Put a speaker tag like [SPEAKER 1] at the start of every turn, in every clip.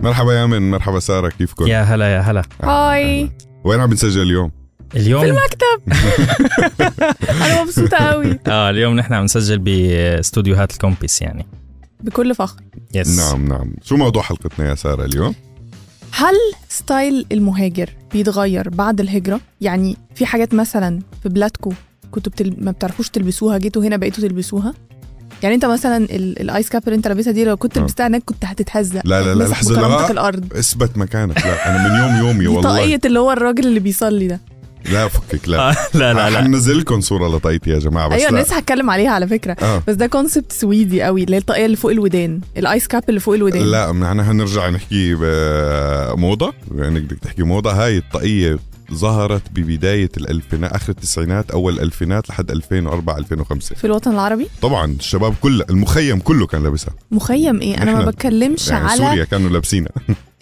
[SPEAKER 1] مرحبا يامن مرحبا ساره كيفكم؟
[SPEAKER 2] يا هلا يا هلا
[SPEAKER 1] آه،
[SPEAKER 3] هاي
[SPEAKER 1] وين عم بنسجل اليوم؟
[SPEAKER 2] اليوم
[SPEAKER 3] المكتب انا مبسوطه قوي
[SPEAKER 2] اه اليوم نحن عم نسجل باستوديوهات الكومبيس يعني
[SPEAKER 3] بكل فخر
[SPEAKER 2] يس
[SPEAKER 1] نعم نعم شو موضوع حلقتنا يا ساره اليوم؟
[SPEAKER 3] هل ستايل المهاجر بيتغير بعد الهجره يعني في حاجات مثلا في بلادكو كنتوا بتل... ما بتعرفوش تلبسوها جيتوا هنا بقيتوا تلبسوها يعني انت مثلا ال... الايس كاب اللي انت لابسها دي لو كنت
[SPEAKER 1] آه.
[SPEAKER 3] لبستها هناك كنت هتتهزق
[SPEAKER 1] لا، لا، لا،
[SPEAKER 3] هتتمسح
[SPEAKER 1] لحظة، لا.
[SPEAKER 3] بكرامتك الارض
[SPEAKER 1] اثبت مكانك لا انا من يوم يومي
[SPEAKER 3] دي
[SPEAKER 1] والله
[SPEAKER 2] طيب.
[SPEAKER 3] طاقية اللي هو الراجل اللي بيصلي ده
[SPEAKER 1] لا فكك لا
[SPEAKER 2] آه لا لا أيوة، لا
[SPEAKER 1] هنزل لكم صوره لطايتي يا جماعه بس
[SPEAKER 3] ايوه
[SPEAKER 1] لا.
[SPEAKER 3] انا لسه هتكلم عليها على فكره
[SPEAKER 1] آه.
[SPEAKER 3] بس ده كونسبت سويدي قوي اللي هي الطاقيه اللي فوق الودان الايس كاب اللي فوق الودان
[SPEAKER 1] لا معناها هنرجع نحكي ب- موضه يعني بدك تحكي موضه هاي الطاقيه ظهرت ببدايه الالفينات اخر التسعينات اول الالفينات لحد 2004 2005
[SPEAKER 3] في الوطن العربي
[SPEAKER 1] طبعا الشباب كله المخيم كله كان لابسها
[SPEAKER 3] مخيم ايه انا ما
[SPEAKER 1] إحنا-
[SPEAKER 3] بتكلمش
[SPEAKER 1] يعني
[SPEAKER 3] على
[SPEAKER 1] سوريا كانوا لابسينها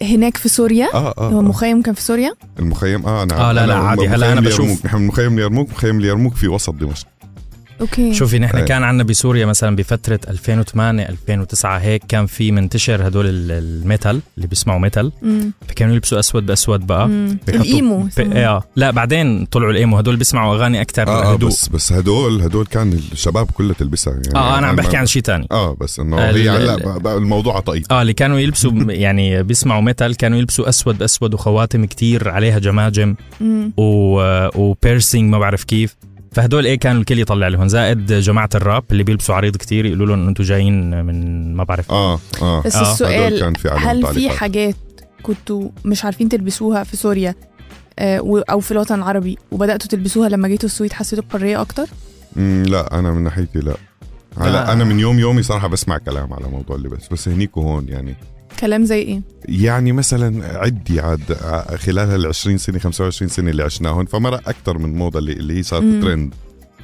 [SPEAKER 3] هناك في سوريا
[SPEAKER 1] اه اه,
[SPEAKER 3] هو
[SPEAKER 1] آه.
[SPEAKER 3] مخيم كان في سوريا
[SPEAKER 1] المخيم اه انا
[SPEAKER 2] آه، لا، لا، عادي. هلا
[SPEAKER 1] مخيم
[SPEAKER 2] أنا بشوف.
[SPEAKER 1] اليرموك. نحن مخيم اليرموك مخيم اليرموك في وسط دمشق
[SPEAKER 3] اوكي
[SPEAKER 2] شوفي
[SPEAKER 1] أي.
[SPEAKER 2] نحن كان عندنا بسوريا مثلا بفتره 2008 2009 هيك كان في منتشر هدول ال- الميتال اللي بيسمعوا ميتال
[SPEAKER 3] امم
[SPEAKER 2] فكانوا يلبسوا اسود باسود بقى
[SPEAKER 3] امم
[SPEAKER 2] بيحطوا
[SPEAKER 3] الايمو
[SPEAKER 2] ب... اه لا بعدين طلعوا الايمو هدول بيسمعوا اغاني اكثر
[SPEAKER 1] اه, آه
[SPEAKER 2] هدوء
[SPEAKER 1] بس بس هدول هدول كان الشباب كله تلبسها يعني
[SPEAKER 2] اه انا عم
[SPEAKER 1] ما-
[SPEAKER 2] بحكي عن شيء تاني
[SPEAKER 1] اه بس انه
[SPEAKER 2] آه،
[SPEAKER 1] هي
[SPEAKER 2] ال-
[SPEAKER 1] هلا
[SPEAKER 2] ال-
[SPEAKER 1] بقى- بقى الموضوع طيب
[SPEAKER 2] اه اللي كانوا يلبسوا يعني بيسمعوا ميتال كانوا يلبسوا اسود باسود وخواتم كتير عليها جماجم
[SPEAKER 3] امم
[SPEAKER 2] و... وبيرسينج ما بعرف كيف فهدول ايه كانوا الكل يطلع لهم زائد جماعه الراب اللي بيلبسوا عريض كتير يقولوا لهم انتم جايين من ما بعرف
[SPEAKER 1] اه اه
[SPEAKER 3] بس
[SPEAKER 2] آه،
[SPEAKER 1] هدول
[SPEAKER 3] السؤال
[SPEAKER 1] كان في عليهم
[SPEAKER 3] هل في
[SPEAKER 1] تعليقات.
[SPEAKER 3] حاجات كنتوا مش عارفين تلبسوها في سوريا آه، و- او في الوطن العربي وبداتوا تلبسوها لما جيتوا السويد حسيتوا بحريه اكتر
[SPEAKER 1] مم، لا انا من ناحيتي لا هلا
[SPEAKER 2] آه.
[SPEAKER 1] انا من يوم يومي صراحه بسمع كلام على موضوع اللبس بس هنيك وهون يعني
[SPEAKER 3] كلام زي ايه
[SPEAKER 1] يعني مثلا عدي عاد ع- خلال هال 20 سنه 25 سنه اللي عشناهم فمرق اكثر من موضه اللي, اللي هي صارت
[SPEAKER 3] مم.
[SPEAKER 1] ترند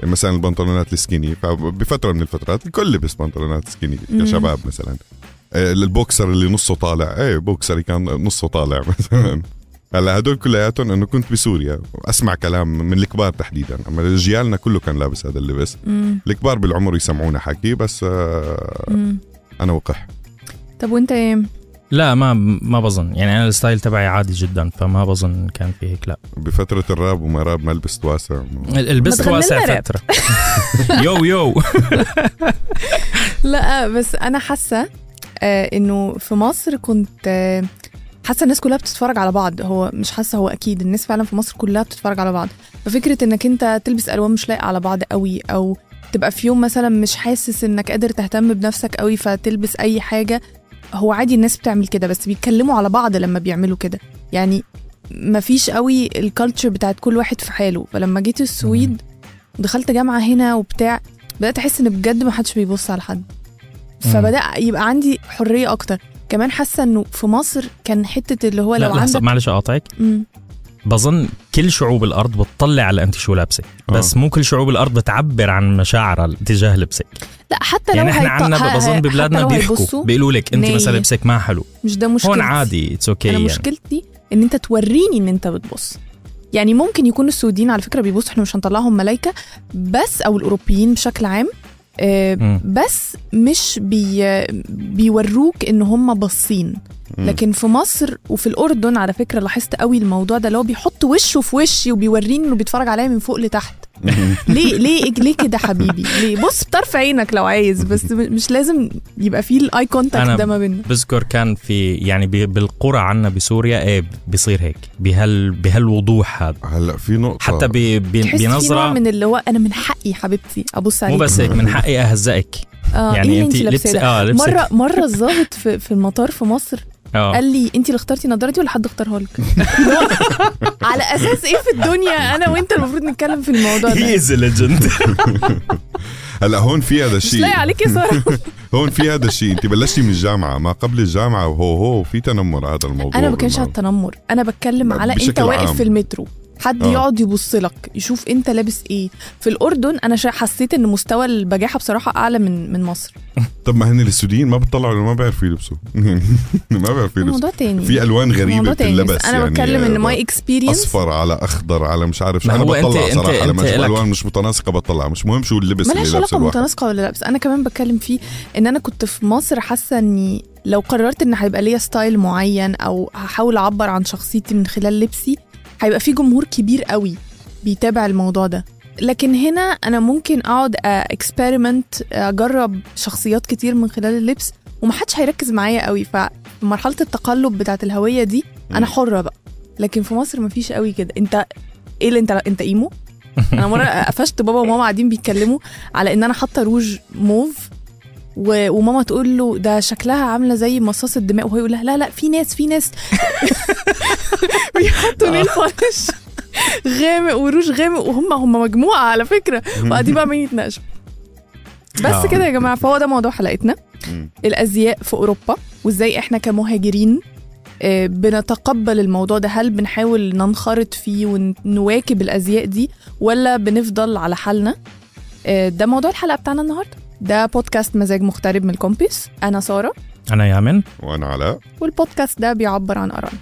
[SPEAKER 1] مثلا البنطلونات السكيني فبفتره من الفترات الكل لبس بنطلونات سكيني
[SPEAKER 3] مم.
[SPEAKER 1] كشباب مثلا آه، البوكسر اللي نصه طالع ايه بوكسر كان نصه طالع مثلا هلا هدول كلياتهم انه كنت بسوريا اسمع كلام من الكبار تحديدا اما جيالنا كله كان لابس هذا اللبس
[SPEAKER 3] امم
[SPEAKER 1] الكبار بالعمر يسمعونا حكي بس آه،
[SPEAKER 3] امم
[SPEAKER 1] انا وقح
[SPEAKER 3] طب وانت ايه
[SPEAKER 2] لا ما ما بظن يعني انا الستايل تبعي عادي جدا فما بظن كان في هيك لا
[SPEAKER 1] بفتره الراب وما راب ما لبست واسع
[SPEAKER 2] ال- البس
[SPEAKER 3] ما تخلينا
[SPEAKER 2] واسع
[SPEAKER 3] راب.
[SPEAKER 2] فتره يو يو
[SPEAKER 3] لا بس انا حاسه آه، انه في مصر كنت آه، حاسه الناس كلها بتتفرج على بعض هو مش حاسه هو اكيد الناس فعلا في مصر كلها بتتفرج على بعض ففكره انك انت تلبس الوان مش لايقه على بعض قوي او تبقى في يوم مثلا مش حاسس انك قادر تهتم بنفسك قوي فتلبس اي حاجه هو عادي الناس بتعمل كده بس بيتكلموا على بعض لما بيعملوا كده يعني مفيش قوي الكالتشر بتاعت كل واحد في حاله فلما جيت السويد دخلت جامعه هنا وبتاع بدات احس ان بجد ما حدش بيبص على حد
[SPEAKER 2] مم.
[SPEAKER 3] فبدا يبقى عندي حريه اكتر كمان حاسه انه في مصر كان حته اللي هو
[SPEAKER 2] لا
[SPEAKER 3] لو
[SPEAKER 2] لحظه
[SPEAKER 3] عندك
[SPEAKER 2] معلش اقاطعك
[SPEAKER 3] مم.
[SPEAKER 2] بظن كل شعوب الارض بتطلع على انت شو لابسه
[SPEAKER 1] آه.
[SPEAKER 2] بس مو كل شعوب الارض بتعبر عن مشاعرها تجاه لبسك
[SPEAKER 3] لا حتى لو
[SPEAKER 2] يعني احنا
[SPEAKER 3] هيط- ه-
[SPEAKER 2] عندنا
[SPEAKER 3] ه-
[SPEAKER 2] بظن
[SPEAKER 3] حتى
[SPEAKER 2] ببلادنا
[SPEAKER 3] لو
[SPEAKER 2] بيحكوا
[SPEAKER 3] هيبصوا،
[SPEAKER 2] بيقولوا لك انت
[SPEAKER 3] ني.
[SPEAKER 2] مثلا لبسك ما حلو
[SPEAKER 3] مش ده مشكلتي
[SPEAKER 2] هون عادي اتس اوكي
[SPEAKER 3] انا
[SPEAKER 2] يعني
[SPEAKER 3] مشكلتي ان انت توريني ان انت بتبص يعني ممكن يكون السعوديين على فكره بيبصوا احنا مش هنطلعهم ملايكه بس او الاوروبيين بشكل عام آه،
[SPEAKER 2] مم.
[SPEAKER 3] بس مش بي بيوروك ان هم باصين
[SPEAKER 1] مم.
[SPEAKER 3] لكن في مصر وفي الاردن على فكره لاحظت قوي الموضوع ده اللي هو بيحط وشه في وشي وبيوريني انه بيتفرج عليا من فوق لتحت ليه ليه إيه؟ ليه كده حبيبي ليه بص بطرف عينك لو عايز بس م- مش لازم يبقى فيه الاي
[SPEAKER 2] أنا
[SPEAKER 3] كونتاكت ده ما بيننا
[SPEAKER 2] بذكر كان في يعني ب- بالقرى عنا بسوريا ايه بيصير هيك بهال بهالوضوح هذا
[SPEAKER 1] هلا في نقطه
[SPEAKER 2] حتى ب- ب-
[SPEAKER 3] تحس في نوع
[SPEAKER 2] بنظره
[SPEAKER 3] من اللي هو انا من حقي حبيبتي ابص عليك
[SPEAKER 2] مو بس هيك من حقي اهزئك
[SPEAKER 3] آه
[SPEAKER 2] يعني
[SPEAKER 3] إيه
[SPEAKER 2] انت
[SPEAKER 3] اللي انت
[SPEAKER 2] لبس
[SPEAKER 3] لابساه ده؟
[SPEAKER 1] آه،
[SPEAKER 2] اه لبسك
[SPEAKER 3] مره مره الظابط في, في المطار في مصر
[SPEAKER 2] آه.
[SPEAKER 3] قال لي انت اللي اخترتي النضاره دي ولا حد اختارها لك اللي هو على اساس ايه في الدنيا انا وانت المفروض نتكلم في الموضوع ده
[SPEAKER 2] از ليجند
[SPEAKER 1] هلا هون في هذا
[SPEAKER 3] مش
[SPEAKER 1] الشيء
[SPEAKER 3] لاقي عليك يا ساره
[SPEAKER 1] هون في هذا الشيء انت بلشتي من الجامعه ما قبل الجامعه وهو هو في تنمر هذا الموضوع
[SPEAKER 3] انا ما بتكلمش على
[SPEAKER 1] بالموضوع.
[SPEAKER 3] التنمر انا بتكلم على انت
[SPEAKER 1] بشكل
[SPEAKER 3] واقف
[SPEAKER 1] عام.
[SPEAKER 3] في المترو حد
[SPEAKER 1] آه.
[SPEAKER 3] آه. يقعد يبص لك يشوف انت لابس ايه في الاردن انا شا- حسيت ان مستوى البجاحه بصراحه اعلى من من مصر
[SPEAKER 1] طب ما هن السوريين ما بتطلعوا لأنه ما بيعرفوا يلبسوا ما بيعرفوا يلبسوا
[SPEAKER 3] موضوع تاني
[SPEAKER 1] في الوان غريبه
[SPEAKER 3] موضوع
[SPEAKER 1] في
[SPEAKER 3] تاني
[SPEAKER 1] اللبس
[SPEAKER 3] بس انا
[SPEAKER 1] يعني
[SPEAKER 3] بتكلم ان ماي
[SPEAKER 1] آه،
[SPEAKER 3] اكسبيرينس
[SPEAKER 1] اصفر على اخضر على مش عارف شو
[SPEAKER 2] ما
[SPEAKER 1] انا
[SPEAKER 2] هو أنت-
[SPEAKER 1] بطلع
[SPEAKER 2] أنت-
[SPEAKER 1] صراحه على
[SPEAKER 2] أنت
[SPEAKER 1] مش-
[SPEAKER 2] لك.
[SPEAKER 1] الوان مش متناسقه بطلع مش مهم شو اللبس اللي
[SPEAKER 3] ملهاش
[SPEAKER 1] لابسه
[SPEAKER 3] علاقه
[SPEAKER 1] الواحد
[SPEAKER 3] متناسقه ولا لا بس انا كمان بتكلم فيه ان انا كنت في مصر حاسه اني لو قررت ان هيبقى ليا ستايل معين او هحاول اعبر عن شخصيتي من خلال لبسي هيبقى في جمهور كبير قوي بيتابع الموضوع ده لكن هنا انا ممكن اقعد اكسبيرمنت اجرب شخصيات كتير من خلال اللبس ومحدش هيركز معايا قوي فمرحله التقلب بتاعه الهويه دي انا
[SPEAKER 1] مم.
[SPEAKER 3] حره بقى لكن في مصر مفيش قوي كده انت ايه اللي انت انت ايمو انا مره قفشت بابا وماما قاعدين بيتكلموا على ان انا حاطه روج موف و... وماما تقول له ده شكلها عامله زي مصاص الدماء وهو يقول لها لا لا في ناس في ناس بيحطوا نيل بولش غامق وروج غامق وهم هم مجموعه على فكره وقاعدين بقى عمالين يتناقشوا
[SPEAKER 2] آه.
[SPEAKER 3] بس كده يا جماعه فهو ده موضوع حلقتنا
[SPEAKER 1] مم.
[SPEAKER 3] الازياء في اوروبا وازاي احنا كمهاجرين آه، بنتقبل الموضوع ده هل بنحاول ننخرط فيه ونواكب الازياء دي ولا بنفضل على حالنا آه، ده موضوع الحلقه بتاعنا النهارده ده بودكاست مزاج مغترب من الكومبيس انا ساره
[SPEAKER 2] انا يامن
[SPEAKER 1] وانا علاء
[SPEAKER 3] والبودكاست ده بيعبر عن ارائنا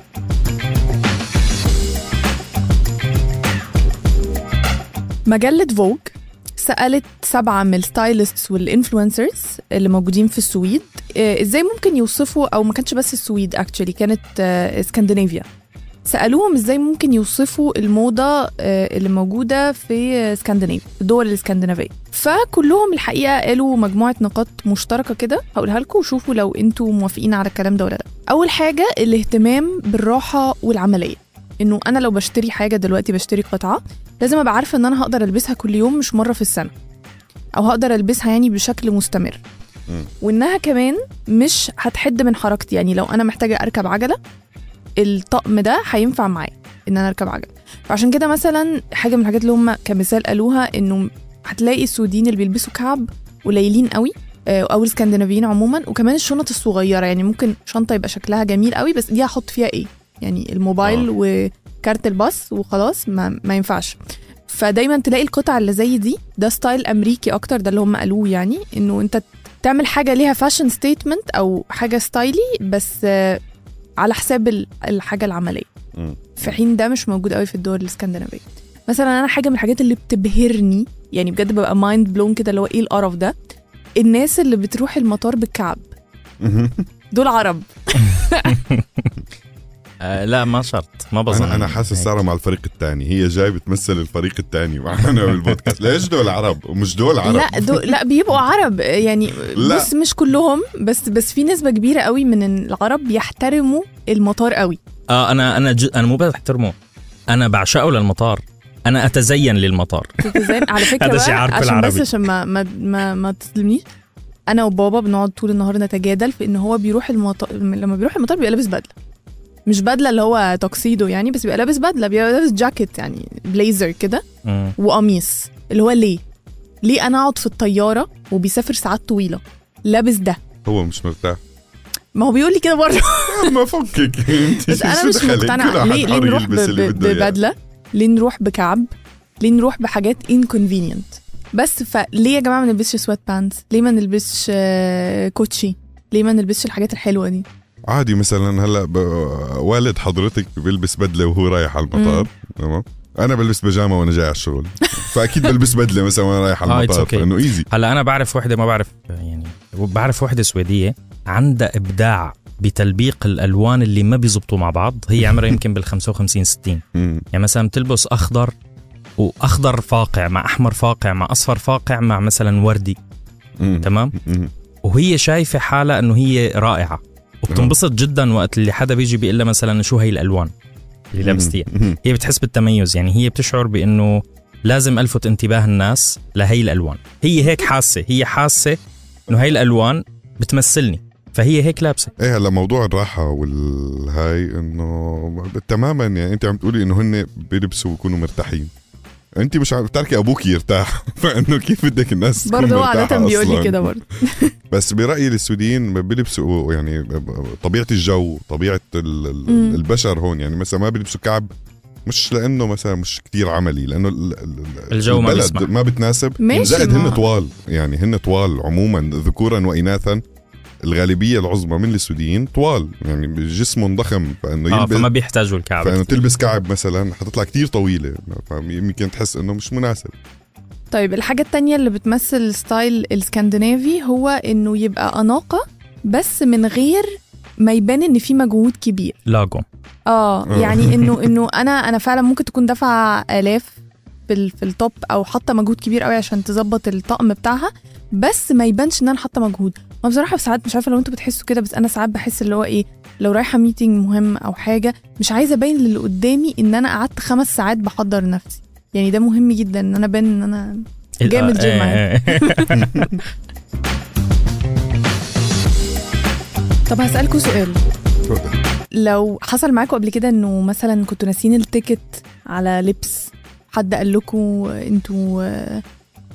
[SPEAKER 3] مجلة فوج سألت سبعة من الستايلستس والإنفلونسرز اللي موجودين في السويد آه، إزاي ممكن يوصفوا أو ما كانتش بس السويد أكتشلي كانت آه، اسكندنافيا سألوهم إزاي ممكن يوصفوا الموضة آه، اللي موجودة في اسكندنافيا الدول الاسكندنافية فكلهم الحقيقة قالوا مجموعة نقاط مشتركة كده هقولها لكم وشوفوا لو انتوا موافقين على الكلام ده ولا لا أول حاجة الاهتمام بالراحة والعملية إنه أنا لو بشتري حاجة دلوقتي بشتري قطعة لازم أبقى عارفة إن أنا هقدر ألبسها كل يوم مش مرة في السنة أو هقدر ألبسها يعني بشكل مستمر
[SPEAKER 1] مم.
[SPEAKER 3] وإنها كمان مش هتحد من حركتي يعني لو أنا محتاجة أركب عجلة الطقم ده هينفع معايا إن أنا أركب عجلة فعشان كده مثلا حاجة من الحاجات اللي هم كمثال قالوها إنه هتلاقي السوديين اللي بيلبسوا كعب قليلين قوي آه، او الاسكندنافيين عموما وكمان الشنط الصغيره يعني ممكن شنطه يبقى شكلها جميل قوي بس دي هحط فيها ايه يعني
[SPEAKER 1] آه.
[SPEAKER 3] الموبايل وكارت الباص وخلاص ما, ما ينفعش فدايما تلاقي القطع اللي زي دي ده ستايل امريكي اكتر ده اللي هم قالوه يعني انه انت تعمل حاجه ليها فاشن ستيتمنت او حاجه ستايلي بس آه، على حساب ال- الحاجه العمليه
[SPEAKER 1] مم.
[SPEAKER 3] في حين ده مش موجود قوي في الدول الاسكندنافيه مثلا انا حاجه من الحاجات اللي بتبهرني يعني بجد ببقى مايند بلون كده اللي هو ايه القرف ده الناس اللي بتروح المطار بالكعب دول عرب
[SPEAKER 2] آه لا ما شرط ما بظن
[SPEAKER 1] انا انا حاسس
[SPEAKER 2] هيك.
[SPEAKER 1] ساره مع الفريق الثاني هي جاي بتمثل الفريق الثاني معنا بالبودكاست ليش دول عرب ومش دول عرب
[SPEAKER 3] لا دول لا بيبقوا عرب يعني
[SPEAKER 1] لا.
[SPEAKER 3] بص مش كلهم بس بس في نسبه كبيره قوي من العرب يحترموا المطار قوي
[SPEAKER 2] اه انا انا ج... انا مو بحترمه انا بعشقه للمطار انا اتزين للمطار
[SPEAKER 3] تتزايد على فكره
[SPEAKER 2] هذا
[SPEAKER 3] بقى
[SPEAKER 2] شعار
[SPEAKER 3] عشان بس
[SPEAKER 2] بالعربي.
[SPEAKER 3] عشان ما ما ما, ما تظلمنيش انا وبابا بنقعد طول النهار نتجادل في ان هو بيروح المطار لما بيروح المطار بيبقى لابس بدله مش بدله اللي هو توكسيدو يعني بس بيبقى لابس بدله بيبقى لابس جاكيت يعني بليزر كده
[SPEAKER 2] مم.
[SPEAKER 3] وقميص اللي هو ليه ليه انا اقعد في الطياره وبيسافر ساعات طويله لابس ده
[SPEAKER 1] هو مش مرتاح
[SPEAKER 3] ما هو بيقول لي كده برضه
[SPEAKER 1] ما فكك انت
[SPEAKER 3] بس انا
[SPEAKER 1] شو
[SPEAKER 3] مش
[SPEAKER 1] دخلك؟ كل
[SPEAKER 3] مقتنع
[SPEAKER 1] واحد
[SPEAKER 3] ليه ليه
[SPEAKER 1] حر
[SPEAKER 3] نروح ب-
[SPEAKER 1] يلبس اللي
[SPEAKER 3] ب-
[SPEAKER 1] بده يعني. إياه.
[SPEAKER 3] ببدله ليه نروح بكعب ليه نروح بحاجات inconvenient بس فليه يا جماعه ما نلبسش سوات بانتس ليه ما نلبسش آه، كوتشي ليه ما نلبسش الحاجات الحلوه دي
[SPEAKER 1] عادي مثلا هلا ب... والد حضرتك بيلبس بدله وهو رايح على المطار تمام انا بلبس بيجامه وانا جاي على الشغل فاكيد بلبس بدله مثلا وانا رايح
[SPEAKER 2] آه،
[SPEAKER 1] على
[SPEAKER 2] it's
[SPEAKER 1] المطار
[SPEAKER 2] okay.
[SPEAKER 1] انه ايزي
[SPEAKER 2] هلا انا بعرف وحده ما بعرف يعني بعرف وحده سويديه عندها ابداع بتلبيق الالوان اللي ما بيزبطوا مع بعض هي عمرها يمكن بال 55 60 يعني مثلا بتلبس اخضر واخضر فاقع مع احمر فاقع مع اصفر فاقع مع مثلا وردي تمام وهي شايفه حالها انه هي رائعه وبتنبسط جدا وقت اللي حدا بيجي بيقول لها مثلا شو هي الالوان اللي لابستيها هي بتحس بالتميز يعني هي بتشعر بانه لازم الفت انتباه الناس لهي الالوان هي هيك حاسه هي حاسه انه هي الالوان بتمثلني فهي هيك لابسه
[SPEAKER 1] ايه هلا موضوع الراحه والهاي انه تماما يعني انت عم تقولي انه هن بيلبسوا ويكونوا مرتاحين انت مش عم بتعرفي ابوك يرتاح فانه كيف بدك الناس تكون
[SPEAKER 3] برضه هو
[SPEAKER 1] مرتاحة
[SPEAKER 3] عاده بيقول لي
[SPEAKER 1] أصلاً؟
[SPEAKER 3] كده برضه
[SPEAKER 1] بس برايي السوريين بيلبسوا يعني طبيعه الجو طبيعه ال- ال-
[SPEAKER 3] مم.
[SPEAKER 1] البشر هون يعني مثلا ما بيلبسوا كعب مش لانه مثلا مش كتير عملي لانه ال- ال-
[SPEAKER 2] الجو ما
[SPEAKER 1] البلد
[SPEAKER 2] بيسمح.
[SPEAKER 1] ما بتناسب
[SPEAKER 3] ماشي،
[SPEAKER 1] زائد
[SPEAKER 3] ما-
[SPEAKER 1] هن طوال يعني هن طوال عموما ذكورا واناثا الغالبيه العظمى من السوريين طوال يعني جسمهم ضخم فانه
[SPEAKER 2] اه
[SPEAKER 1] يلبس
[SPEAKER 2] فما بيحتاجوا الكعب
[SPEAKER 1] فانه تلبس كعب مثلا حتطلع كتير طويله فيمكن تحس انه مش مناسب
[SPEAKER 3] طيب الحاجه التانية اللي بتمثل الستايل الاسكندنافي هو انه يبقى اناقه بس من غير ما يبان ان في مجهود كبير
[SPEAKER 2] لاجو
[SPEAKER 3] اه يعني انه انه انا انا فعلا ممكن تكون دافعه الاف في ال- في التوب او حاطه مجهود كبير قوي عشان تظبط الطقم بتاعها بس ما يبانش ان انا حاطه مجهود ما بصراحه ساعات مش عارفه لو انتوا بتحسوا كده بس انا ساعات بحس اللي هو ايه لو رايحه ميتنج مهم او حاجه مش عايزه ابين للي قدامي ان انا قعدت خمس ساعات بحضر نفسي يعني ده مهم جدا ان انا ابان ان انا جامد
[SPEAKER 2] آه،
[SPEAKER 3] جيم طب هسالكوا سؤال لو حصل معاكم قبل كده انه مثلا كنتوا ناسيين التيكت على لبس حد قال لكم انتوا آه،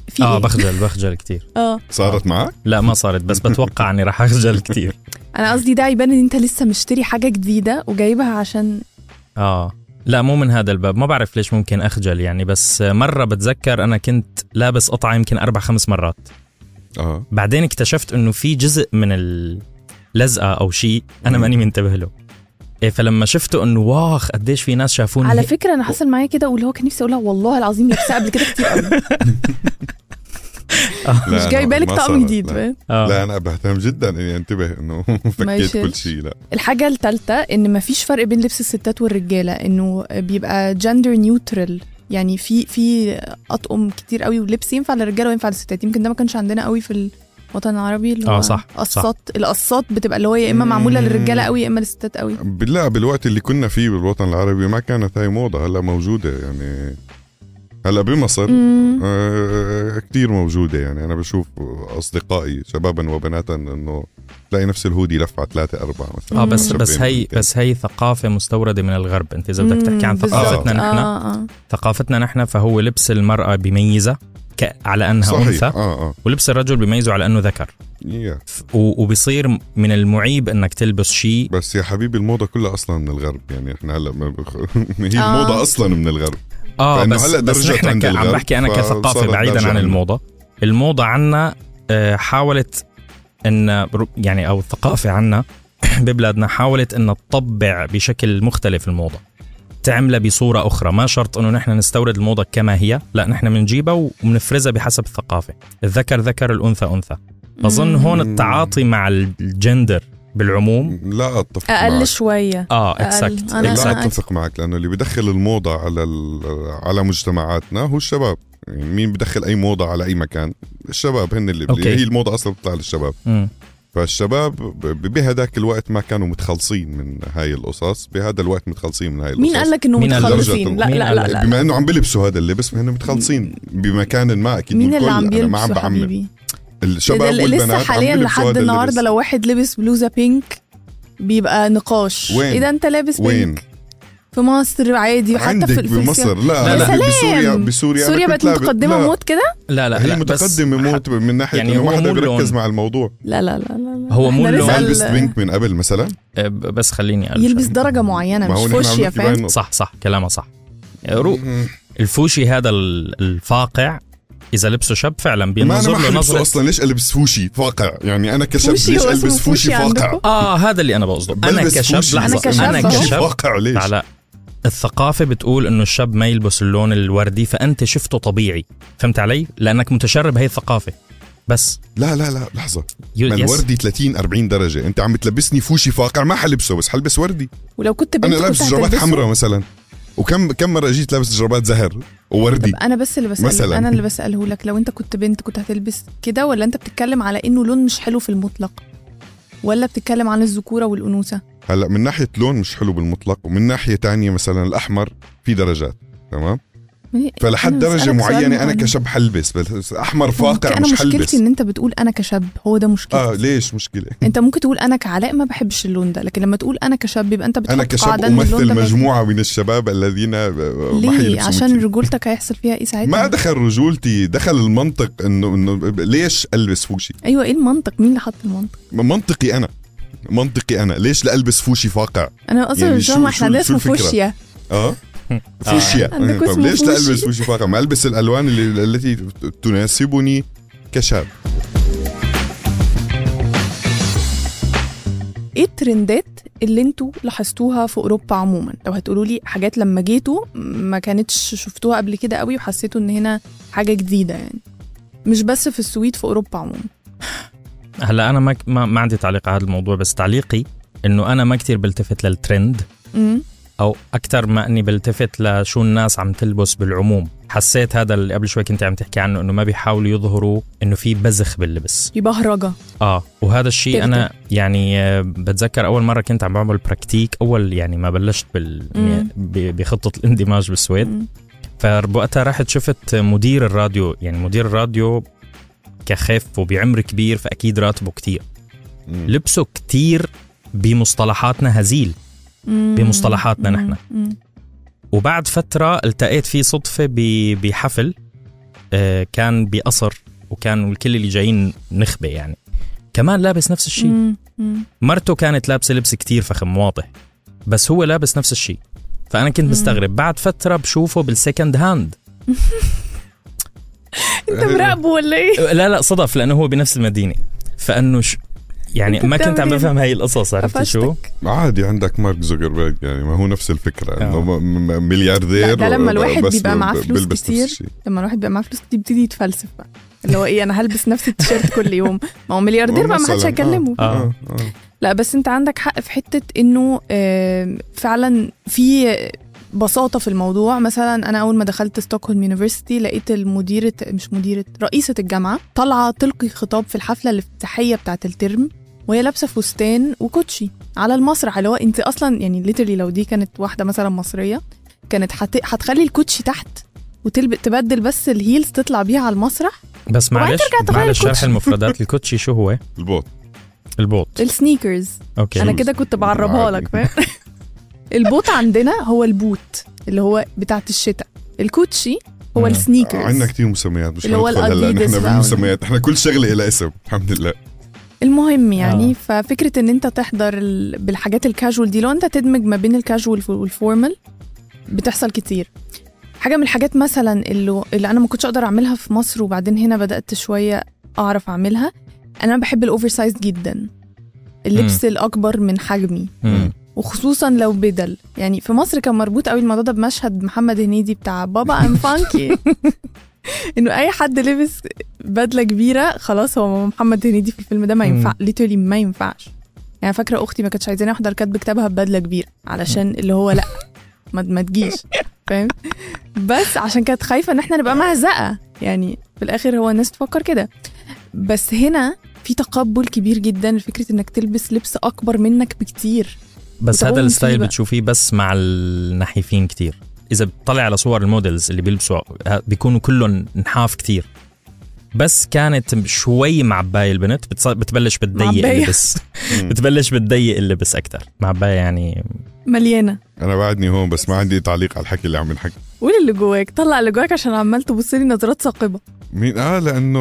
[SPEAKER 3] في
[SPEAKER 2] اه
[SPEAKER 3] إيه؟
[SPEAKER 2] بخجل بخجل كتير
[SPEAKER 3] اه
[SPEAKER 1] صارت معك؟
[SPEAKER 2] لا ما صارت بس بتوقع اني راح اخجل كتير
[SPEAKER 3] انا قصدي ده يبان ان انت لسه مشتري حاجه جديده وجايبها عشان
[SPEAKER 2] اه لا مو من هذا الباب ما بعرف ليش ممكن اخجل يعني بس مره بتذكر انا كنت لابس قطعه يمكن اربع خمس مرات
[SPEAKER 1] اه
[SPEAKER 2] بعدين اكتشفت انه في جزء من اللزقه او شيء انا
[SPEAKER 1] مم.
[SPEAKER 2] ماني منتبه له إيه فلما شفته انه واخ قديش في ناس شافوني آه.
[SPEAKER 3] على
[SPEAKER 2] هيك.
[SPEAKER 3] فكره انا حصل معايا كده واللي هو كان نفسي اقولها والله العظيم لابسها قبل كده كتير قوي
[SPEAKER 1] لا،
[SPEAKER 3] مش
[SPEAKER 1] أنا
[SPEAKER 3] جاي بالك
[SPEAKER 1] ما
[SPEAKER 3] طقم
[SPEAKER 1] صارت،
[SPEAKER 3] جديد
[SPEAKER 1] لا.
[SPEAKER 3] فاهم؟
[SPEAKER 2] آه.
[SPEAKER 1] لا انا بهتم جدا اني انتبه انه فكيت كل
[SPEAKER 3] يشيلش.
[SPEAKER 1] شيء لا
[SPEAKER 3] الحاجه الثالثه ان مفيش فرق بين لبس الستات والرجاله انه بيبقى جندر نيوترال يعني في في اطقم كتير قوي ولبس ينفع للرجاله وينفع للستات يمكن ده ما كانش عندنا قوي في الوطن العربي اللي هو
[SPEAKER 2] آه، صح، صح.
[SPEAKER 3] قصات القصات بتبقى اللي هو يا اما معموله
[SPEAKER 1] مم.
[SPEAKER 3] للرجاله قوي يا اما للستات قوي
[SPEAKER 1] لا بالوقت اللي كنا فيه بالوطن العربي ما كانت هاي موضة هلا موجودة يعني هلا بمصر
[SPEAKER 3] مم.
[SPEAKER 1] آه كتير موجودة يعني أنا بشوف أصدقائي شبابا وبناتا إنه تلاقي نفس الهودي لفعة ثلاثة أربعة مثلا
[SPEAKER 2] اه بس
[SPEAKER 1] شابين
[SPEAKER 2] بس هي
[SPEAKER 1] بنتين.
[SPEAKER 2] بس هي ثقافه مستورده من الغرب انت اذا بدك تحكي عن
[SPEAKER 3] مم،
[SPEAKER 2] ثقافتنا
[SPEAKER 3] بالظبط.
[SPEAKER 2] نحن
[SPEAKER 3] آه آه.
[SPEAKER 2] ثقافتنا نحن فهو لبس المراه بيميزها ك... على انها
[SPEAKER 1] صحيح إيه.
[SPEAKER 2] انثى
[SPEAKER 1] اه اه
[SPEAKER 2] ولبس الرجل بيميزه على انه ذكر
[SPEAKER 1] يا.
[SPEAKER 2] ف- و... وبصير من المعيب انك تلبس شيء
[SPEAKER 1] بس يا حبيبي الموضة كلها أصلا من الغرب يعني إحنا هلا ما بخ... هي
[SPEAKER 3] آه.
[SPEAKER 1] الموضة أصلا من الغرب
[SPEAKER 2] اه
[SPEAKER 1] فإنه
[SPEAKER 2] بس
[SPEAKER 1] هلأ
[SPEAKER 2] بس
[SPEAKER 1] درجت
[SPEAKER 2] نحن
[SPEAKER 1] عند
[SPEAKER 2] ك... عم
[SPEAKER 1] الغرب،
[SPEAKER 2] بحكي انا كثقافه
[SPEAKER 1] فصارت درجة
[SPEAKER 2] بعيدا عن
[SPEAKER 1] عندنا.
[SPEAKER 2] الموضه الموضه عنا آه، حاولت ان رو- يعني او الثقافه عنا ببلادنا حاولت ان تطبع بشكل مختلف الموضه تعملها بصوره اخرى ما شرط انه نحن نستورد الموضه كما هي لا نحن بنجيبها وبنفرزها بحسب الثقافه الذكر ذكر الانثى انثى بظن
[SPEAKER 3] مم.
[SPEAKER 2] هون التعاطي مع الجندر بالعموم
[SPEAKER 1] لا أتفق معك.
[SPEAKER 3] اقل شويه
[SPEAKER 2] اه
[SPEAKER 3] أقل.
[SPEAKER 2] اكزاكت
[SPEAKER 3] أنا-
[SPEAKER 1] لا
[SPEAKER 3] أنا-
[SPEAKER 1] اتفق معك لانه اللي بدخل الموضه على ال- على مجتمعاتنا هو الشباب يعني مين بدخل اي موضه على اي مكان الشباب هن اللي
[SPEAKER 2] أوكي.
[SPEAKER 1] أوكي. هي الموضه اصلا بتطلع للشباب فالشباب ب- بهداك الوقت ما كانوا متخلصين من هاي القصص بهذا الوقت متخلصين من هاي القصص
[SPEAKER 3] مين قال لك انه
[SPEAKER 2] مين قال لك؟
[SPEAKER 3] متخلصين لا
[SPEAKER 2] مين
[SPEAKER 3] لا
[SPEAKER 2] قال
[SPEAKER 3] لا,
[SPEAKER 2] لك؟
[SPEAKER 3] لا.
[SPEAKER 1] بما انه عم بيلبسوا هذا اللبس هن متخلصين بمكان ما اكيد
[SPEAKER 3] مين
[SPEAKER 1] مو
[SPEAKER 3] اللي
[SPEAKER 1] الكل،
[SPEAKER 3] عم
[SPEAKER 1] انا ما عم
[SPEAKER 3] بيلبسوا
[SPEAKER 1] بعمم
[SPEAKER 3] حبيبي
[SPEAKER 1] الشباب
[SPEAKER 3] ده
[SPEAKER 1] والبنات
[SPEAKER 3] لسه
[SPEAKER 1] عم
[SPEAKER 3] حاليا
[SPEAKER 1] بيلبسوا هذا
[SPEAKER 3] لحد
[SPEAKER 1] اللبس.
[SPEAKER 3] النهارده لو واحد لبس بلوزه بينك بيبقى نقاش
[SPEAKER 1] وين؟
[SPEAKER 3] ايه ده انت لابس
[SPEAKER 1] وين؟
[SPEAKER 3] بينك في مصر عادي حتى
[SPEAKER 1] عندك
[SPEAKER 3] في في
[SPEAKER 1] بمصر
[SPEAKER 2] لا،
[SPEAKER 1] لا,
[SPEAKER 2] لا.
[SPEAKER 1] لا,
[SPEAKER 3] سلام.
[SPEAKER 1] بسوريا بسوريا أنا
[SPEAKER 3] سوريا
[SPEAKER 1] كنت
[SPEAKER 3] بقت
[SPEAKER 1] لابس-
[SPEAKER 3] متقدمه
[SPEAKER 1] لا،
[SPEAKER 3] موت كده
[SPEAKER 2] لا لا
[SPEAKER 1] هي
[SPEAKER 2] آه، لا بس
[SPEAKER 1] متقدمه موت من ناحيه
[SPEAKER 2] يعني
[SPEAKER 1] يعني انه
[SPEAKER 2] هو
[SPEAKER 1] ما حدا
[SPEAKER 2] مو اللون.
[SPEAKER 1] بيركز مع الموضوع
[SPEAKER 3] لا لا لا لا لا.
[SPEAKER 2] هو مو
[SPEAKER 3] احنا
[SPEAKER 2] اللون.
[SPEAKER 1] ما
[SPEAKER 3] نسأل-
[SPEAKER 1] لبست بينك من قبل مثلا
[SPEAKER 2] آه، ب- بس خليني أقول
[SPEAKER 3] يلبس
[SPEAKER 2] شغلة.
[SPEAKER 3] درجه معينه
[SPEAKER 1] ما هو
[SPEAKER 3] مش
[SPEAKER 1] نحن عم
[SPEAKER 3] فوشيا
[SPEAKER 1] نحكي
[SPEAKER 3] فاهم
[SPEAKER 1] بهاي النقطة.
[SPEAKER 2] صح صح كلامه صح رو الفوشي هذا ال- الفاقع اذا لبسه شب فعلا
[SPEAKER 1] ما انا
[SPEAKER 2] بينظر
[SPEAKER 1] ما
[SPEAKER 2] له
[SPEAKER 1] حلبسه
[SPEAKER 2] نظره
[SPEAKER 1] اصلا ليش البس فوشي فاقع يعني انا كشاب
[SPEAKER 3] فوشي
[SPEAKER 1] ليش
[SPEAKER 3] هو اسمه
[SPEAKER 1] البس فوشي
[SPEAKER 3] فوشي
[SPEAKER 1] فاقع
[SPEAKER 3] عندكم؟
[SPEAKER 2] اه هذا اللي انا بقصده انا
[SPEAKER 1] بلبس
[SPEAKER 2] كشاب
[SPEAKER 1] فوشي.
[SPEAKER 2] لحظه
[SPEAKER 3] أنا كشاب
[SPEAKER 2] انا
[SPEAKER 3] فوشي
[SPEAKER 1] فوشي
[SPEAKER 2] كشاب
[SPEAKER 1] فاقع ليش
[SPEAKER 2] لا الثقافة بتقول انه الشاب ما يلبس اللون الوردي فانت شفته طبيعي فهمت علي؟ لانك متشرب هي الثقافة بس
[SPEAKER 1] لا لا لا لحظه
[SPEAKER 2] يو-
[SPEAKER 1] ما
[SPEAKER 2] يس.
[SPEAKER 1] الوردي 30 40 درجه انت عم بتلبسني فوشي فاقع ما حلبسه بس حلبس وردي
[SPEAKER 3] ولو كنت بنت
[SPEAKER 1] انا
[SPEAKER 3] كنت
[SPEAKER 1] لابس جرابات
[SPEAKER 3] هتلبسه؟
[SPEAKER 1] حمراء مثلا وكم كم مره جيت لابس جرابات زهر ووردي
[SPEAKER 3] انا بس اللي بسأله
[SPEAKER 1] مثلاً.
[SPEAKER 3] انا اللي بسأله لك لو انت كنت بنت كنت هتلبس كده ولا انت بتتكلم على انه لون مش حلو في المطلق ولا بتتكلم عن الذكوره والانوثه
[SPEAKER 1] هلا من ناحيه لون مش حلو بالمطلق ومن ناحيه تانية مثلا الاحمر في درجات تمام فلحد
[SPEAKER 3] أنا
[SPEAKER 1] درجه
[SPEAKER 3] بسألك سؤال
[SPEAKER 1] معينه انا
[SPEAKER 3] مهم.
[SPEAKER 1] كشاب حلبس بس احمر
[SPEAKER 3] ممكن
[SPEAKER 1] فاقع
[SPEAKER 3] انا
[SPEAKER 1] مش
[SPEAKER 3] مشكلتي
[SPEAKER 1] حلبس
[SPEAKER 3] ان انت بتقول انا كشاب هو ده مشكلتي
[SPEAKER 1] اه ليش مشكله
[SPEAKER 3] انت ممكن تقول انا كعلاء ما بحبش اللون ده لكن لما تقول انا كشاب يبقى انت بتحط
[SPEAKER 1] انا كشاب
[SPEAKER 3] قاعدة إن اللون ده
[SPEAKER 1] امثل
[SPEAKER 3] ما-
[SPEAKER 1] مجموعه من الشباب الذين ما
[SPEAKER 3] ليه
[SPEAKER 1] حيلبسوا
[SPEAKER 3] عشان
[SPEAKER 1] مثلي.
[SPEAKER 3] رجولتك هيحصل فيها ايه ساعتها
[SPEAKER 1] ما دخل رجولتي دخل المنطق انه انه ليش البس فوشي
[SPEAKER 3] ايوه ايه المنطق مين اللي حط المنطق
[SPEAKER 1] منطقي انا منطقي انا ليش لالبس فوشي فاقع
[SPEAKER 3] انا اصلا
[SPEAKER 1] يعني
[SPEAKER 3] مش
[SPEAKER 1] شو-
[SPEAKER 3] فاهمه احنا
[SPEAKER 1] شو-
[SPEAKER 3] ناس
[SPEAKER 1] شو الفكرة؟
[SPEAKER 3] فوشيا
[SPEAKER 1] اه فوشيا
[SPEAKER 3] آه. عندك اسمه
[SPEAKER 1] طب ليش
[SPEAKER 3] فوشي.
[SPEAKER 1] لالبس فوشي فاقع ما البس الالوان اللي التي تناسبني كشاب
[SPEAKER 3] ايه الترندات اللي انتوا لاحظتوها في اوروبا عموما لو هتقولوا لي حاجات لما جيتوا ما كانتش شفتوها قبل كده قوي وحسيتوا ان هنا حاجه جديده يعني مش بس في السويد في اوروبا عموما
[SPEAKER 2] هلا انا ما ك- ما, ما عندي تعليق على هذا الموضوع بس تعليقي انه انا ما كتير بلتفت للترند
[SPEAKER 3] مم.
[SPEAKER 2] او اكثر ما اني بلتفت لشو الناس عم تلبس بالعموم حسيت هذا اللي قبل شوي كنت عم تحكي عنه انه ما بيحاولوا يظهروا انه في بزخ باللبس
[SPEAKER 3] في بهرجه
[SPEAKER 2] اه وهذا الشيء انا يعني آه، بتذكر اول مره كنت عم بعمل براكتيك اول يعني ما بلشت بال يعني
[SPEAKER 3] مم.
[SPEAKER 2] ب- بخطه الاندماج بالسويد
[SPEAKER 3] مم.
[SPEAKER 2] فوقتها رحت شفت مدير الراديو يعني مدير الراديو كخف وبعمر كبير فاكيد راتبه كتير
[SPEAKER 1] مم.
[SPEAKER 2] لبسه كتير بمصطلحاتنا هزيل
[SPEAKER 3] مم.
[SPEAKER 2] بمصطلحاتنا
[SPEAKER 3] مم.
[SPEAKER 2] نحن
[SPEAKER 3] مم.
[SPEAKER 2] وبعد فترة التقيت فيه صدفة ب- بحفل آه، كان بقصر وكان الكل اللي جايين نخبة يعني كمان لابس نفس الشيء
[SPEAKER 3] مم. مم.
[SPEAKER 2] مرته كانت لابسة لبس كتير فخم واضح بس هو لابس نفس الشيء فأنا كنت
[SPEAKER 3] مم.
[SPEAKER 2] مستغرب بعد فترة بشوفه بالسكند هاند
[SPEAKER 3] انت مراقبه ولا ايه؟
[SPEAKER 2] لا لا صدف لأنه هو بنفس المدينة فأنه ش... يعني
[SPEAKER 3] أنت
[SPEAKER 2] ما كنت عم
[SPEAKER 3] بتعمل إيه؟
[SPEAKER 2] بفهم هاي القصص عرفت شو؟
[SPEAKER 3] قفشتك.
[SPEAKER 1] عادي عندك مارك زوكربيرج يعني ما هو نفس الفكره انه
[SPEAKER 2] آه.
[SPEAKER 1] م- م- ملياردير
[SPEAKER 3] لا، ده لما
[SPEAKER 1] و-
[SPEAKER 3] الواحد
[SPEAKER 1] بس
[SPEAKER 3] بيبقى معاه
[SPEAKER 1] ب-
[SPEAKER 3] فلوس
[SPEAKER 1] بيلبس نفس
[SPEAKER 3] كتير.
[SPEAKER 1] الشيء.
[SPEAKER 3] لما الواحد بيبقى معاه فلوس كتير بيبتدي يتفلسف بقى اللي هو ايه انا هلبس نفس التيشيرت كل يوم ما هو ملياردير بقى ما حدش
[SPEAKER 1] مثلاً، آه.
[SPEAKER 3] هيكلمه
[SPEAKER 2] آه.
[SPEAKER 1] آه، آه.
[SPEAKER 3] لا بس انت عندك حق في حته انه آم، فعلا في بساطه في الموضوع مثلا انا اول ما دخلت ستوكهولم يونيفرسيتي لقيت المديره مش مديره رئيسه الجامعه طالعه تلقي خطاب في الحفله الافتتاحيه بتاعه الترم وهي لابسه فستان وكوتشي على المسرح اللي هو انت اصلا يعني ليترلي لو دي كانت واحده مثلا مصريه كانت هت- هتخلي الكوتشي تحت وتلبق تبدل بس الهيلز تطلع بيها على المسرح
[SPEAKER 2] بس
[SPEAKER 3] وبعدين
[SPEAKER 2] معلش
[SPEAKER 3] ترجع تغير
[SPEAKER 2] معلش شرح
[SPEAKER 3] الكوتشي.
[SPEAKER 2] المفردات الكوتشي شو هو؟
[SPEAKER 1] البوت آه،
[SPEAKER 2] البوط
[SPEAKER 3] السنيكرز
[SPEAKER 2] اوكي
[SPEAKER 3] انا
[SPEAKER 1] شوز.
[SPEAKER 3] كده كنت بعربها
[SPEAKER 1] عادي.
[SPEAKER 3] لك فاهم البوت عندنا هو البوت اللي هو بتاعت الشتاء الكوتشي هو
[SPEAKER 2] مم.
[SPEAKER 1] عندنا
[SPEAKER 3] السنيكرز
[SPEAKER 1] كتير مسميات مش
[SPEAKER 3] اللي هو
[SPEAKER 1] هندخل هلا
[SPEAKER 3] الأديداس
[SPEAKER 1] نحن
[SPEAKER 3] بقى.
[SPEAKER 1] بالمسميات احنا كل شغله لها اسم الحمد لله
[SPEAKER 3] المهم يعني
[SPEAKER 2] آه.
[SPEAKER 3] آه. ففكره ان انت تحضر ال... بالحاجات الكاجوال دي لو انت تدمج ما بين الكاجوال والفورمال بتحصل كتير حاجه من الحاجات مثلا اللي, اللي انا ما كنتش اقدر اعملها في مصر وبعدين هنا بدات شويه اعرف اعملها انا بحب الاوفر سايز جدا اللبس الاكبر من حجمي
[SPEAKER 2] مم.
[SPEAKER 3] وخصوصا لو بدل يعني في مصر كان مربوط قوي الموضوع ده بمشهد محمد هنيدي بتاع بابا ام فانكي انه اي حد لبس بدله كبيره خلاص هو محمد هنيدي في الفيلم ده ما
[SPEAKER 2] مم.
[SPEAKER 3] ينفع ليتولي ما ينفعش يعني فاكره اختي ما كانتش عايزاني احضر كاتب كتابها ببدله كبيره علشان اللي هو لا ما, ما تجيش فاهم بس عشان كانت خايفه ان احنا نبقى مهزقه يعني في الاخر هو الناس تفكر كده بس هنا في تقبل كبير جدا لفكره انك تلبس لبس اكبر منك بكتير
[SPEAKER 2] بس هذا
[SPEAKER 3] وتقوم
[SPEAKER 2] الستايل
[SPEAKER 3] فيه بقى.
[SPEAKER 2] بتشوفيه بس مع النحيفين كتير اذا بتطلع على صور المودلز اللي بيلبسوا ه- بيكونوا كلهم نحاف كتير بس كانت شوي معباية البنت بتص- بتبلش بتضيق
[SPEAKER 3] معباية.
[SPEAKER 2] اللبس بتبلش بتضيق اللبس اكثر معباية يعني
[SPEAKER 3] مليانه
[SPEAKER 1] انا بعدني هون بس ما عندي تعليق على الحكي اللي عم ينحكي
[SPEAKER 3] قول اللي جواك طلع اللي جواك عشان عمال تبص لي نظرات ثاقبه
[SPEAKER 1] مين اه لانه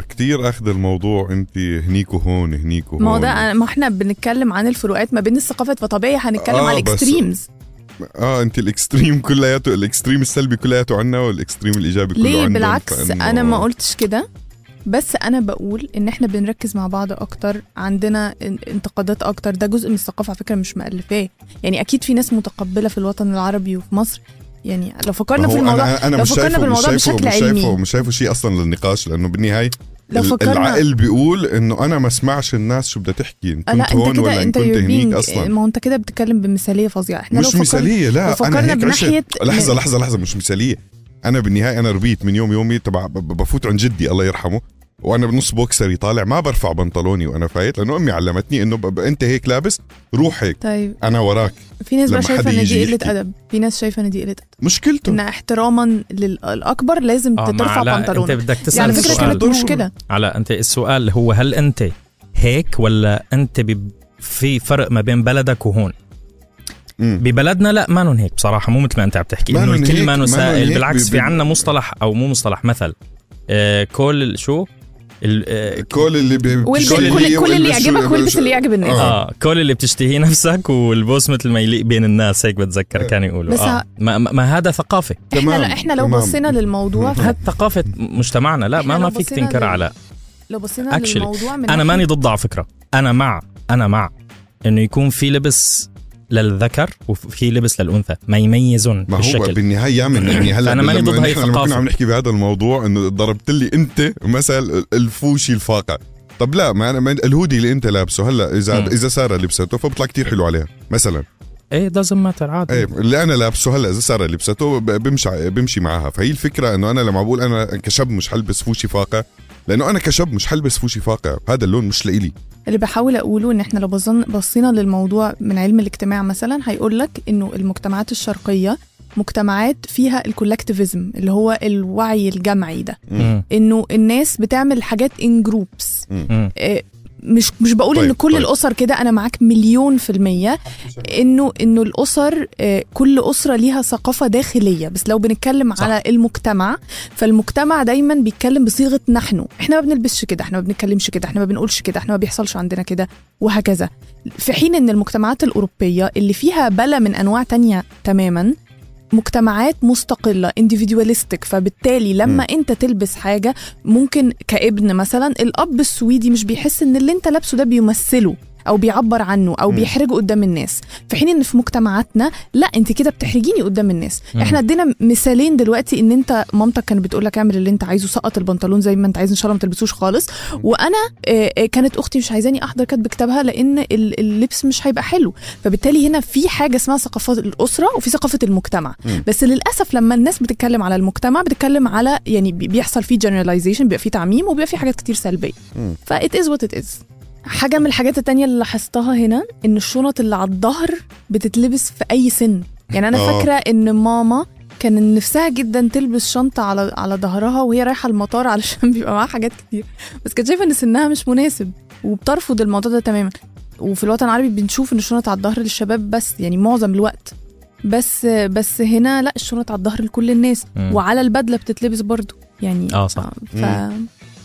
[SPEAKER 1] كتير اخذ الموضوع انت هنيك وهون هنيك وهون
[SPEAKER 3] ما هو ده أنا- ما احنا بنتكلم عن الفروقات ما بين الثقافات فطبيعي هنتكلم
[SPEAKER 1] آه،
[SPEAKER 3] عن
[SPEAKER 1] بس-
[SPEAKER 3] الاكستريمز
[SPEAKER 1] اه انت الاكستريم كلياته الاكستريم السلبي كلياته عنا والاكستريم الايجابي كله
[SPEAKER 3] ليه
[SPEAKER 1] عندهم،
[SPEAKER 3] بالعكس
[SPEAKER 1] فإنه-
[SPEAKER 3] انا ما قلتش كده بس انا بقول ان احنا بنركز مع بعض اكتر عندنا ان- انتقادات اكتر ده جزء من الثقافه على فكره مش مؤلفاه يعني اكيد في ناس متقبله في الوطن العربي وفي مصر يعني لو فكرنا
[SPEAKER 1] ما
[SPEAKER 3] في
[SPEAKER 1] هو
[SPEAKER 3] الموضوع
[SPEAKER 1] انا, أنا
[SPEAKER 3] لو
[SPEAKER 1] مش
[SPEAKER 3] فكرنا
[SPEAKER 1] شايفه
[SPEAKER 3] بالموضوع
[SPEAKER 1] مش شايفه
[SPEAKER 3] بشكل
[SPEAKER 1] مش شايفه
[SPEAKER 3] علمي.
[SPEAKER 1] مش شايفه شيء اصلا للنقاش لانه بالنهايه
[SPEAKER 3] لو
[SPEAKER 1] ال-
[SPEAKER 3] فكرنا
[SPEAKER 1] العقل بيقول انه انا ما اسمعش الناس شو بدها تحكي إن
[SPEAKER 3] آه،
[SPEAKER 1] كنت
[SPEAKER 3] لا
[SPEAKER 1] هون
[SPEAKER 3] انت
[SPEAKER 1] ولا
[SPEAKER 3] كده
[SPEAKER 1] ان
[SPEAKER 3] انت
[SPEAKER 1] كنت
[SPEAKER 3] you're
[SPEAKER 1] هنيك
[SPEAKER 3] being-
[SPEAKER 1] اصلا
[SPEAKER 3] ما هو انت كده بتتكلم بمثاليه فظيعه احنا لو
[SPEAKER 1] مش
[SPEAKER 3] فكرنا-
[SPEAKER 1] مثاليه
[SPEAKER 3] لو
[SPEAKER 1] لا انا
[SPEAKER 3] فكرنا
[SPEAKER 1] هيك عشت
[SPEAKER 3] بناحية-
[SPEAKER 1] لحظه لحظه لحظه مش مثاليه انا بالنهايه انا ربيت من يوم يومي تبع ب- ب- بفوت عند جدي الله يرحمه وانا بنص بوكسري طالع ما برفع بنطلوني وانا فايت لانه امي علمتني انه ب- ب- انت هيك لابس روح هيك
[SPEAKER 3] طيب
[SPEAKER 1] انا وراك
[SPEAKER 3] في ناس
[SPEAKER 1] لما
[SPEAKER 3] بقى
[SPEAKER 1] حد
[SPEAKER 3] شايفه ان
[SPEAKER 1] يجي
[SPEAKER 3] دي قله
[SPEAKER 1] يحكي.
[SPEAKER 3] ادب في ناس شايفه ان دي قله ادب ان
[SPEAKER 1] مشكلته
[SPEAKER 3] احتراما للاكبر لازم
[SPEAKER 2] آه، مع-
[SPEAKER 3] ترفع
[SPEAKER 2] لا، انت
[SPEAKER 3] بنطلونك يعني
[SPEAKER 2] بدك
[SPEAKER 3] دي
[SPEAKER 2] تسال
[SPEAKER 3] على فكره كانت
[SPEAKER 2] سؤال
[SPEAKER 1] ضروري.
[SPEAKER 3] مشكله
[SPEAKER 2] على انت السؤال هو هل انت هيك ولا انت بب- في فرق ما بين بلدك وهون
[SPEAKER 1] مم.
[SPEAKER 2] ببلدنا لا مانن هيك بصراحه مو مثل ما انت عم تحكي انه
[SPEAKER 1] مانن هيك،
[SPEAKER 2] الكل مانن
[SPEAKER 1] مانن
[SPEAKER 2] سائل
[SPEAKER 1] هيك
[SPEAKER 2] بالعكس
[SPEAKER 1] ب-
[SPEAKER 2] في
[SPEAKER 1] ب-
[SPEAKER 2] عنا مصطلح او مو مصطلح مثل آه كل ال- شو ال- آه
[SPEAKER 1] كل اللي بي...
[SPEAKER 3] والبس
[SPEAKER 2] كل-
[SPEAKER 3] كل,
[SPEAKER 2] اللي-
[SPEAKER 3] كل, اللي يعجبك والبس اللي يعجب الناس
[SPEAKER 1] آه.
[SPEAKER 2] اه كل اللي بتشتهيه نفسك والبوس مثل ما يليق بين الناس هيك بتذكر
[SPEAKER 1] إيه.
[SPEAKER 2] كان يقولوا
[SPEAKER 3] بس
[SPEAKER 2] آه.
[SPEAKER 3] ه-
[SPEAKER 2] ما, ما- ما هذا ثقافه
[SPEAKER 3] احنا لو, احنا لو بصينا للموضوع ف-
[SPEAKER 2] هذا ثقافه مجتمعنا لا ما
[SPEAKER 3] إحنا
[SPEAKER 2] ما
[SPEAKER 3] لو
[SPEAKER 2] فيك
[SPEAKER 3] بصينا
[SPEAKER 2] تنكر
[SPEAKER 3] لل-
[SPEAKER 2] على
[SPEAKER 3] لو بصينا
[SPEAKER 2] Actually،
[SPEAKER 3] للموضوع من
[SPEAKER 2] انا
[SPEAKER 3] ناحية-
[SPEAKER 2] ماني ضد على فكره انا مع انا مع انه يكون في لبس للذكر وفي لبس للانثى ما يميزون
[SPEAKER 1] ما هو
[SPEAKER 2] بالشكل
[SPEAKER 1] بالنهايه يعمل يعني هلا
[SPEAKER 2] فأنا ماني
[SPEAKER 1] لما-
[SPEAKER 2] ضد هاي
[SPEAKER 1] نحن لما
[SPEAKER 2] الثقافة.
[SPEAKER 1] كنا عم نحكي بهذا الموضوع انه ضربت لي انت مثل الفوشي الفاقع طب لا ما أنا ما الهودي اللي انت لابسه هلا اذا
[SPEAKER 2] مم.
[SPEAKER 1] اذا ساره لبسته فبطلع كتير حلو عليها مثلا
[SPEAKER 2] ايه دازنت ماتر عادي
[SPEAKER 1] ايه اللي انا لابسه هلا اذا ساره لبسته ب- بمشي بمشي معاها فهي الفكره انه انا لما بقول انا كشاب مش حلبس فوشي فاقع لانه انا كشاب مش حلبس فوشي فاقع هذا اللون مش لإلي
[SPEAKER 3] اللي بحاول اقوله ان احنا لو بصن- بصينا للموضوع من علم الاجتماع مثلا هيقول لك انه المجتمعات الشرقيه مجتمعات فيها الكولكتيفيزم اللي هو الوعي الجمعي ده
[SPEAKER 2] مم.
[SPEAKER 3] انه آه. الناس بتعمل حاجات ان جروبس
[SPEAKER 2] مم.
[SPEAKER 3] مش مش بقول
[SPEAKER 1] طيب،
[SPEAKER 3] ان كل
[SPEAKER 1] طيب.
[SPEAKER 3] الاسر كده انا معاك مليون في الميه انه انه الاسر آه، كل اسره ليها ثقافه داخليه بس لو بنتكلم
[SPEAKER 2] صح.
[SPEAKER 3] صح. على المجتمع فالمجتمع دايما بيتكلم بصيغه نحن احنا ما بنلبسش كده احنا ما بنتكلمش كده احنا ما بنقولش كده احنا ما بيحصلش عندنا كده وهكذا في حين ان المجتمعات الاوروبيه اللي فيها بلا من انواع تانية تماما مجتمعات مستقلة individualistic فبالتالي لما م. انت تلبس حاجة ممكن كابن مثلا الاب السويدي مش بيحس ان اللي انت لابسه ده بيمثله او بيعبر عنه او
[SPEAKER 1] م.
[SPEAKER 3] بيحرجه قدام الناس في حين ان في مجتمعاتنا لا انت كده بتحرجيني قدام الناس
[SPEAKER 2] مم.
[SPEAKER 3] احنا ادينا مثالين دلوقتي ان انت مامتك كانت بتقول لك اعمل اللي انت عايزه سقط البنطلون زي ما انت عايز ان شاء الله ما تلبسوش خالص وانا آه، آه، كانت اختي مش عايزاني احضر كاتب كتابها لان ال- اللبس مش هيبقى حلو فبالتالي هنا في حاجه اسمها ثقافات الاسره وفي ثقافه المجتمع
[SPEAKER 1] مم.
[SPEAKER 3] بس للاسف لما الناس بتتكلم على المجتمع بتتكلم على يعني بي- بيحصل فيه generalization بيبقى فيه تعميم وبيبقى فيه حاجات كتير سلبيه
[SPEAKER 1] مم.
[SPEAKER 3] فات از وات ات از حاجه من الحاجات التانية اللي لاحظتها هنا ان الشنط اللي على الظهر بتتلبس في اي سن يعني انا
[SPEAKER 1] آه.
[SPEAKER 3] فاكره ان ماما كان نفسها جدا تلبس شنطه على على ظهرها وهي رايحه المطار علشان بيبقى معاها حاجات كتير بس كانت شايفه ان سنها مش مناسب وبترفض الموضوع ده تماما وفي الوطن العربي بنشوف ان الشنط على الظهر للشباب بس يعني معظم الوقت بس بس هنا لا الشنط على الظهر لكل الناس
[SPEAKER 2] مم.
[SPEAKER 3] وعلى البدله بتتلبس برضو يعني
[SPEAKER 2] آه، صح.
[SPEAKER 3] ف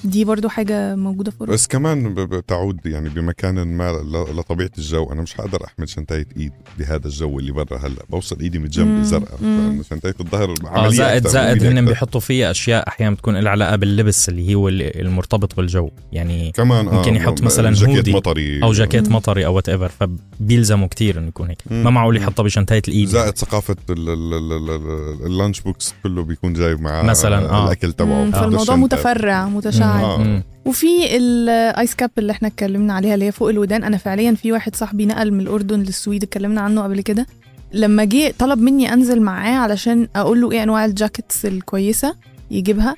[SPEAKER 3] دي برضو حاجه موجوده في أوروبا.
[SPEAKER 1] بس كمان ب- ب- تعود يعني بمكان ما ل- لطبيعه الجو انا مش حقدر احمل شنطايه ايد بهذا الجو اللي برا هلا بوصل ايدي متجمده
[SPEAKER 3] مم.
[SPEAKER 1] زرقاء
[SPEAKER 3] مم.
[SPEAKER 1] فأنا شنطايه الظهر
[SPEAKER 2] اه
[SPEAKER 1] عمليه
[SPEAKER 2] زائد
[SPEAKER 1] أكتر،
[SPEAKER 2] زائد
[SPEAKER 1] مفيدة
[SPEAKER 2] هن
[SPEAKER 1] أكتر.
[SPEAKER 2] بيحطوا فيها اشياء احيانا بتكون لها علاقه باللبس اللي هو ال- المرتبط بالجو يعني
[SPEAKER 1] كمان آه
[SPEAKER 2] ممكن يحط
[SPEAKER 1] م-
[SPEAKER 2] مثلاً
[SPEAKER 1] جاكيت
[SPEAKER 2] هودي
[SPEAKER 1] مطري
[SPEAKER 2] او جاكيت
[SPEAKER 3] مم.
[SPEAKER 2] مطري او وات ايفر فبيلزموا كثير انه يكون هيك
[SPEAKER 1] مم.
[SPEAKER 2] ما معقول يحطها بشنتايه الايد
[SPEAKER 1] زائد ثقافة ال- ال- ال- ال- ال- اللانش بوكس كله بيكون جايب معاه
[SPEAKER 2] مثلاً، آه.
[SPEAKER 1] الأكل تبعه
[SPEAKER 3] مم،
[SPEAKER 1] بده
[SPEAKER 3] فالموضوع
[SPEAKER 1] الشنطة.
[SPEAKER 3] متفرع
[SPEAKER 1] آه.
[SPEAKER 3] متشعب
[SPEAKER 2] مم.
[SPEAKER 3] وفي الايس كاب اللي احنا اتكلمنا عليها اللي هي فوق الودان انا فعليا في واحد صاحبي نقل من الاردن للسويد اتكلمنا عنه قبل كده لما جه طلب مني انزل معاه علشان اقول له ايه انواع الجاكيتس الكويسه يجيبها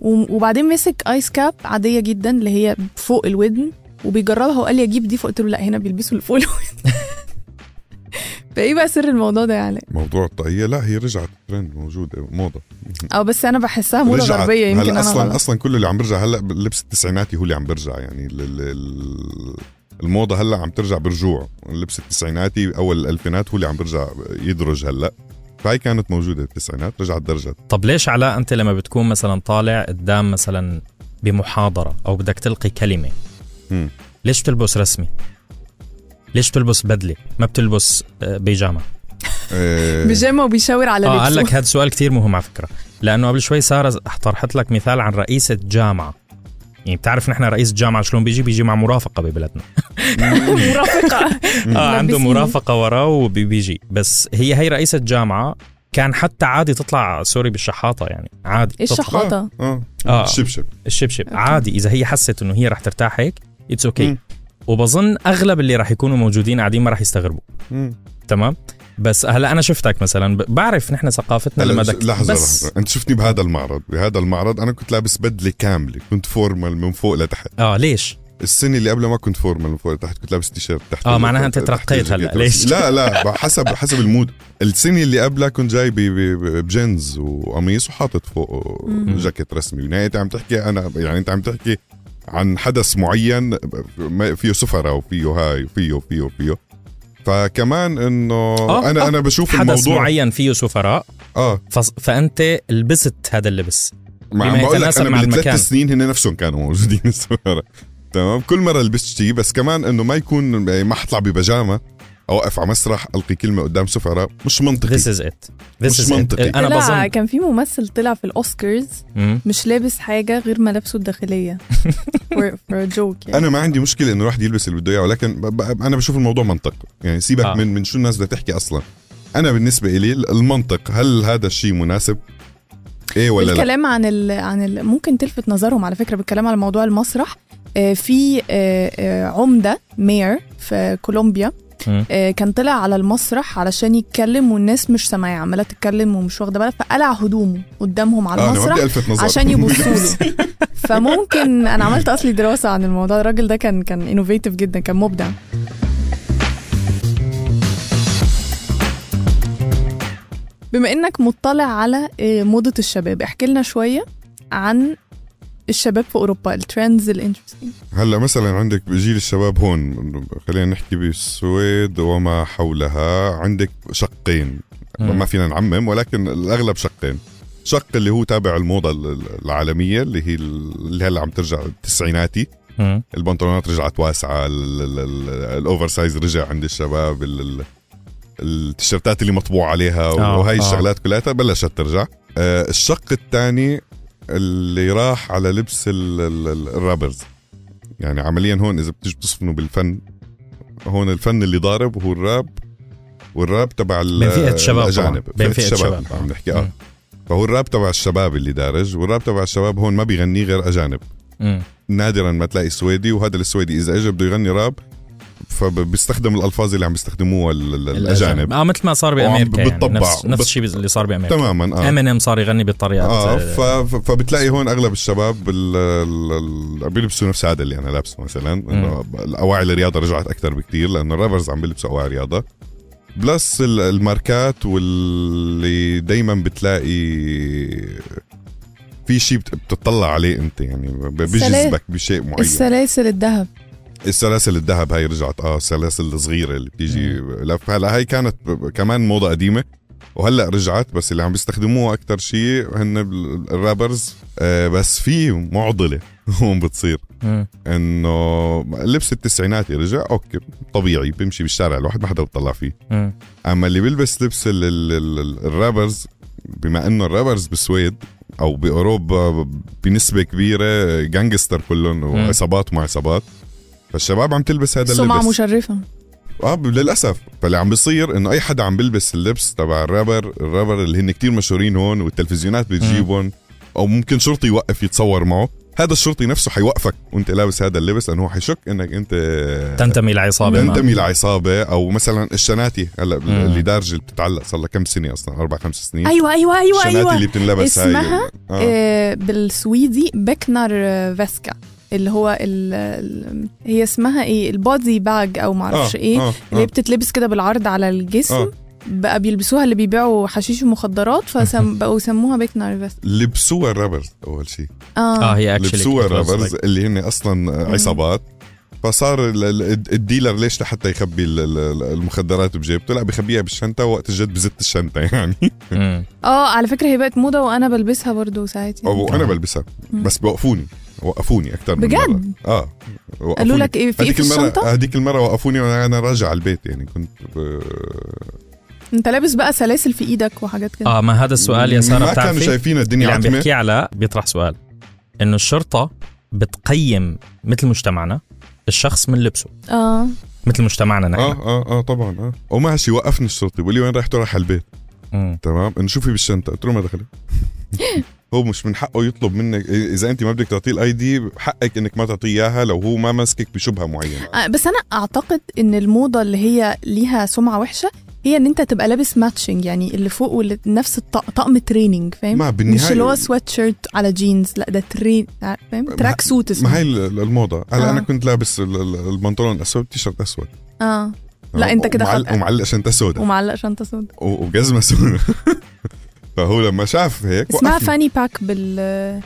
[SPEAKER 3] و- وبعدين مسك ايس كاب عاديه جدا اللي هي فوق الودن وبيجربها وقال لي اجيب دي فقلت له لا هنا بيلبسوا اللي فوق الودن فايه بقى سر الموضوع ده يعني؟ يا علاء؟
[SPEAKER 1] موضوع الطاقية لا هي رجعت ترند موجودة موضة
[SPEAKER 3] او بس انا بحسها موضه
[SPEAKER 1] رجعت.
[SPEAKER 3] غربيه يمكن
[SPEAKER 1] هلا
[SPEAKER 3] انا
[SPEAKER 1] أصلا
[SPEAKER 3] غلط.
[SPEAKER 1] أصلا كله اللي عم برجع هلا لبس التسعيناتي هو اللي عم برجع يعني ال- ال- ال- الموضة هلا عم ترجع برجوع اللبس التسعيناتي أول الألفينات هو اللي عم برجع يدرج هلا فهي كانت موجودة التسعينات رجعت درجت
[SPEAKER 2] طب ليش علاء انت لما بتكون مثلا طالع قدام مثلا بمحاضره او بدك تلقي كلمه
[SPEAKER 1] مم.
[SPEAKER 2] ليش بتلبس رسمي؟ ليش بتلبس بدله؟ ما بتلبس آه، بيجامه؟
[SPEAKER 1] آه،
[SPEAKER 3] بيجامه وبيشاور على
[SPEAKER 2] اه قال
[SPEAKER 3] لبسه
[SPEAKER 2] لك هذا سؤال كتير مهم على فكره لانه قبل شوي ساره طرحت لك مثال عن رئيسه جامعه يعني بتعرف نحن رئيس جامعه شلون بيجي بيجي مع مرافقه ببلدنا
[SPEAKER 3] مرافقه
[SPEAKER 2] اه عنده
[SPEAKER 3] ملبسينه.
[SPEAKER 2] مرافقه وراه وبيجي بس هي هي رئيسه جامعه كان حتى عادي تطلع سوري بالشحاطه يعني عادي
[SPEAKER 3] ايه
[SPEAKER 2] تطلع-
[SPEAKER 3] الشحاطه؟
[SPEAKER 1] اه
[SPEAKER 2] آه.
[SPEAKER 1] الشبشب
[SPEAKER 2] الشبشب
[SPEAKER 3] أوكي.
[SPEAKER 2] عادي اذا هي حست انه هي رح ترتاح هيك اتس اوكي
[SPEAKER 1] مم.
[SPEAKER 2] okay. وبظن اغلب اللي رح يكونوا موجودين قاعدين ما رح يستغربوا
[SPEAKER 1] مم.
[SPEAKER 2] تمام بس هلا انا شفتك مثلا ب- بعرف نحن ثقافتنا
[SPEAKER 1] هلا
[SPEAKER 2] لما
[SPEAKER 1] ش-
[SPEAKER 2] بدك
[SPEAKER 1] لحظة
[SPEAKER 2] بس
[SPEAKER 1] لحظة انت شفتني بهذا المعرض بهذا المعرض انا كنت لابس بدلة كاملة كنت فورمال من فوق لتحت
[SPEAKER 2] اه ليش
[SPEAKER 1] السنة اللي قبلها ما كنت فورمال من فوق لتحت كنت لابس تيشيرت تحت
[SPEAKER 2] آه،
[SPEAKER 1] ال-
[SPEAKER 2] معناها
[SPEAKER 1] تحت
[SPEAKER 2] أنت
[SPEAKER 1] ال- تحت
[SPEAKER 2] ترقيت هلأ،
[SPEAKER 1] الجاكيت.
[SPEAKER 2] ليش؟
[SPEAKER 1] لا لا حسب حسب المود السنة اللي قبلها كنت جاي ب- ب- ب- بجينز وقميص وحاطط فوق
[SPEAKER 3] مم.
[SPEAKER 1] جاكيت رسمي يعني انت عم تحكي انا يعني انت عم تحكي عن حدث معين ما- فيه سفرة وفيه هاي وفيه وفيه وفيه فكمان انه
[SPEAKER 2] آه،
[SPEAKER 1] انا
[SPEAKER 2] آه.
[SPEAKER 1] انا بشوف
[SPEAKER 2] حدث
[SPEAKER 1] الموضوع
[SPEAKER 2] معين فيه سفراء
[SPEAKER 1] اه
[SPEAKER 2] فص- فانت لبست هذا اللبس
[SPEAKER 1] ما
[SPEAKER 2] بما
[SPEAKER 1] عم بقول لك
[SPEAKER 2] يتناسب
[SPEAKER 1] انا
[SPEAKER 2] مع
[SPEAKER 1] من
[SPEAKER 2] المكان.
[SPEAKER 1] ثلاث سنين هن نفسهم كانوا موجودين الصورة تمام كل مره لبست شيء بس كمان انه ما يكون يعني ما حطلع ببجامه اوقف على مسرح القي كلمه قدام سفره مش منطقي
[SPEAKER 2] This is it
[SPEAKER 1] مش
[SPEAKER 2] This is
[SPEAKER 1] منطقي.
[SPEAKER 2] it. انا
[SPEAKER 3] لا
[SPEAKER 2] بظن
[SPEAKER 3] كان في ممثل طلع في الاوسكارز
[SPEAKER 2] مم.
[SPEAKER 3] مش لابس حاجه غير ملابسه الداخليه for, for a joke يعني
[SPEAKER 1] انا ما عندي مشكله انه الواحد يلبس اللي بده اياه ولكن ب- ب- انا بشوف الموضوع منطق يعني سيبك
[SPEAKER 2] آه.
[SPEAKER 1] آه. من من شو الناس بدها تحكي اصلا انا بالنسبه لي المنطق هل هذا الشيء مناسب ايه ولا لا
[SPEAKER 3] الكلام عن ال... عن ال... ممكن تلفت نظرهم على فكره بالكلام على موضوع المسرح آه، في آه، آه، عمده مير في كولومبيا
[SPEAKER 2] مم.
[SPEAKER 3] آه، كان طلع على المسرح علشان يتكلم والناس مش سامعاه عماله تتكلم ومش واخده بالها فقلع هدومه قدامهم على
[SPEAKER 1] آه انا ما
[SPEAKER 3] المسرح
[SPEAKER 1] بدي الفت نظر
[SPEAKER 3] عشان يبصوا له فممكن انا عملت اصلي دراسه عن الموضوع الراجل ده كان كان انوفيتيف جدا كان مبدع بما انك مطلع على آه، موضه الشباب احكي لنا شويه عن الشباب في اوروبا الترندز الانترستنج
[SPEAKER 1] هلا مثلا عندك جيل الشباب هون خلينا نحكي بالسويد وما حولها عندك شقين
[SPEAKER 2] مم.
[SPEAKER 1] ما فينا نعمم ولكن الاغلب شقين شق اللي هو تابع الموضه ال- العالميه اللي هي ال- اللي هلا عم ترجع التسعيناتي
[SPEAKER 2] مم.
[SPEAKER 1] البنطلونات رجعت واسعه ال- ال- ال- الاوفر سايز رجع عند الشباب ال- ال- التيشيرتات اللي مطبوع عليها
[SPEAKER 2] آه،
[SPEAKER 1] وهي
[SPEAKER 2] آه.
[SPEAKER 1] الشغلات كلها بلشت ترجع آه، الشق الثاني اللي راح على لبس ال- ال- ال- الرابرز يعني عمليا هون اذا بتيجي بتصفنوا بالفن هون الفن اللي ضارب هو الراب والراب تبع ال-
[SPEAKER 2] بين فئة الشباب طبعاً.
[SPEAKER 1] الاجانب
[SPEAKER 2] بين فئة الشباب.
[SPEAKER 1] عم نحكي اه
[SPEAKER 2] مم.
[SPEAKER 1] فهو الراب تبع الشباب اللي دارج والراب تبع الشباب هون ما بيغنيه غير اجانب
[SPEAKER 2] مم.
[SPEAKER 1] نادرا ما تلاقي سويدي وهذا السويدي اذا اجى بده يغني راب فبيستخدم الالفاظ اللي عم بيستخدموها ال- ال- الاجانب
[SPEAKER 2] اه مثل ما صار
[SPEAKER 1] وعم
[SPEAKER 2] بامريكا يعني
[SPEAKER 1] بتطبع.
[SPEAKER 2] نفس نفس
[SPEAKER 1] بت-
[SPEAKER 2] الشيء اللي صار بامريكا
[SPEAKER 1] تماما اه
[SPEAKER 2] امينيم صار يغني بالطريقه
[SPEAKER 1] اه
[SPEAKER 2] آه.
[SPEAKER 1] ف... ف- فبتلاقي هون اغلب الشباب ال... ال... ال... بيلبسوا نفس هذا اللي انا لابسه مثلا انه الاواعي الرياضه رجعت اكثر بكثير لانه الرابرز عم بيلبسوا اواعي رياضه بلس ال- الماركات واللي دائما بتلاقي في شيء بت- بتطلع عليه انت يعني ب- بيجذبك بشيء معين
[SPEAKER 3] السلاسل الذهب
[SPEAKER 1] السلاسل الذهب هاي رجعت اه السلاسل الصغيره اللي بتيجي لف هلا هاي كانت ب- كمان موضه قديمه وهلا رجعت بس اللي عم بيستخدموها اكثر شيء هن ال- الرابرز آه بس في معضله هون بتصير
[SPEAKER 2] مم.
[SPEAKER 1] انه لبس التسعيناتي رجع اوكي طبيعي بيمشي بالشارع الواحد ما حدا بيطلع فيه
[SPEAKER 2] مم.
[SPEAKER 1] اما اللي بيلبس لبس ال- ال- ال- ال- الرابرز بما انه الرابرز بالسويد او باوروبا بنسبه كبيره جانجستر كلهم وعصابات مع عصابات فالشباب عم تلبس هذا
[SPEAKER 3] سمعه
[SPEAKER 1] اللبس
[SPEAKER 3] مشرفه
[SPEAKER 1] اه ب- للاسف فاللي عم بيصير انه اي حدا عم بيلبس اللبس تبع الرابر الرابر اللي هن كتير مشهورين هون والتلفزيونات بتجيبهم او ممكن شرطي يوقف يتصور معه هذا الشرطي نفسه حيوقفك وانت لابس هذا اللبس لانه هو حيشك انك انت
[SPEAKER 2] تنتمي لعصابه ما.
[SPEAKER 1] تنتمي لعصابه او مثلا الشناتي هلا
[SPEAKER 2] مم.
[SPEAKER 1] اللي دارج اللي بتتعلق صار لها كم سنه اصلا اربع خمس سنين
[SPEAKER 3] ايوه ايوه ايوه
[SPEAKER 1] الشناتي
[SPEAKER 3] ايوه
[SPEAKER 1] اللي بتنلبس هاي
[SPEAKER 3] اسمها،
[SPEAKER 1] آه.
[SPEAKER 3] آه، بالسويدي بكنر آه، فاسكا اللي هو ال ال هي اسمها ايه البودي باج او معرفش ايه
[SPEAKER 1] آه.
[SPEAKER 3] اللي هي بتتلبس كده بالعرض على الجسم
[SPEAKER 1] آه.
[SPEAKER 3] بقى بيلبسوها اللي بيبيعوا حشيش ومخدرات فبقوا يسموها بكنر فاسكا
[SPEAKER 1] لبسوها الرابرز اول شيء
[SPEAKER 2] اه
[SPEAKER 1] آه،
[SPEAKER 3] اه
[SPEAKER 2] هي اكشلي
[SPEAKER 1] لبسوها الرابرز اللي هن اصلا عصابات فصار ال- ال- الديلر ليش لحتى يخبي ال- ال- المخدرات بجيبته لا بخبيها بالشنطه وقت الجد بزت الشنطه يعني
[SPEAKER 3] اه على فكره هي بقت موضه وانا بلبسها برضو ساعات يعني.
[SPEAKER 1] وانا بلبسها
[SPEAKER 3] مم.
[SPEAKER 1] بس بوقفوني وقفوني اكثر من
[SPEAKER 3] بجد؟
[SPEAKER 1] مرة. اه وقفوني.
[SPEAKER 3] قالوا لك ايه في ايه
[SPEAKER 1] هذيك
[SPEAKER 3] في
[SPEAKER 1] المرة
[SPEAKER 3] الشنطه
[SPEAKER 1] هذيك المرة وقفوني وانا أنا راجع البيت يعني كنت آه،
[SPEAKER 3] انت لابس بقى سلاسل في ايدك وحاجات كده
[SPEAKER 2] اه ما هذا السؤال يا
[SPEAKER 1] ما
[SPEAKER 2] ساره
[SPEAKER 1] كانوا
[SPEAKER 2] بتعرفي
[SPEAKER 1] شايفين الدنيا
[SPEAKER 2] اللي عم
[SPEAKER 1] عتمه
[SPEAKER 2] بيحكي على بيطرح سؤال انه الشرطه بتقيم مثل مجتمعنا الشخص من لبسه
[SPEAKER 3] اه
[SPEAKER 2] مثل مجتمعنا نحن
[SPEAKER 1] اه اه اه طبعا اه وماشي وقفني الشرطي بقول لي وين رايح راح على البيت
[SPEAKER 2] مم.
[SPEAKER 1] تمام انه شوفي بالشنطه قلت له ما دخلت هو مش من حقه يطلب منك اذا انت ما بدك تعطيه الاي دي حقك انك ما تعطيه اياها لو هو ما ماسكك بشبهه معينه
[SPEAKER 3] آه، بس انا اعتقد ان الموضه اللي هي ليها سمعه وحشه هي ان انت تبقى لابس ماتشنج يعني اللي فوق واللي نفس الطق- طقم تريننج فاهم
[SPEAKER 1] ما
[SPEAKER 3] مش
[SPEAKER 1] بالنهايه
[SPEAKER 3] اللي هو سويت شيرت على جينز لا ده ترين فاهم تراك سوت
[SPEAKER 1] ما
[SPEAKER 3] اسمه
[SPEAKER 1] هي ال- الموضه هلا
[SPEAKER 3] آه.
[SPEAKER 1] انا كنت لابس ال- ال- البنطلون الاسود تيشرت اسود
[SPEAKER 3] اه
[SPEAKER 1] تمام؟
[SPEAKER 3] أنت كده
[SPEAKER 1] ومعلق-
[SPEAKER 3] خط-
[SPEAKER 1] ومعلق شنطه سوداء
[SPEAKER 3] ومعلق شنطه سودا
[SPEAKER 1] و- وجزمه سوداء فهو لما شاف هيك
[SPEAKER 3] اسمها
[SPEAKER 1] وقفني.
[SPEAKER 3] فاني باك بال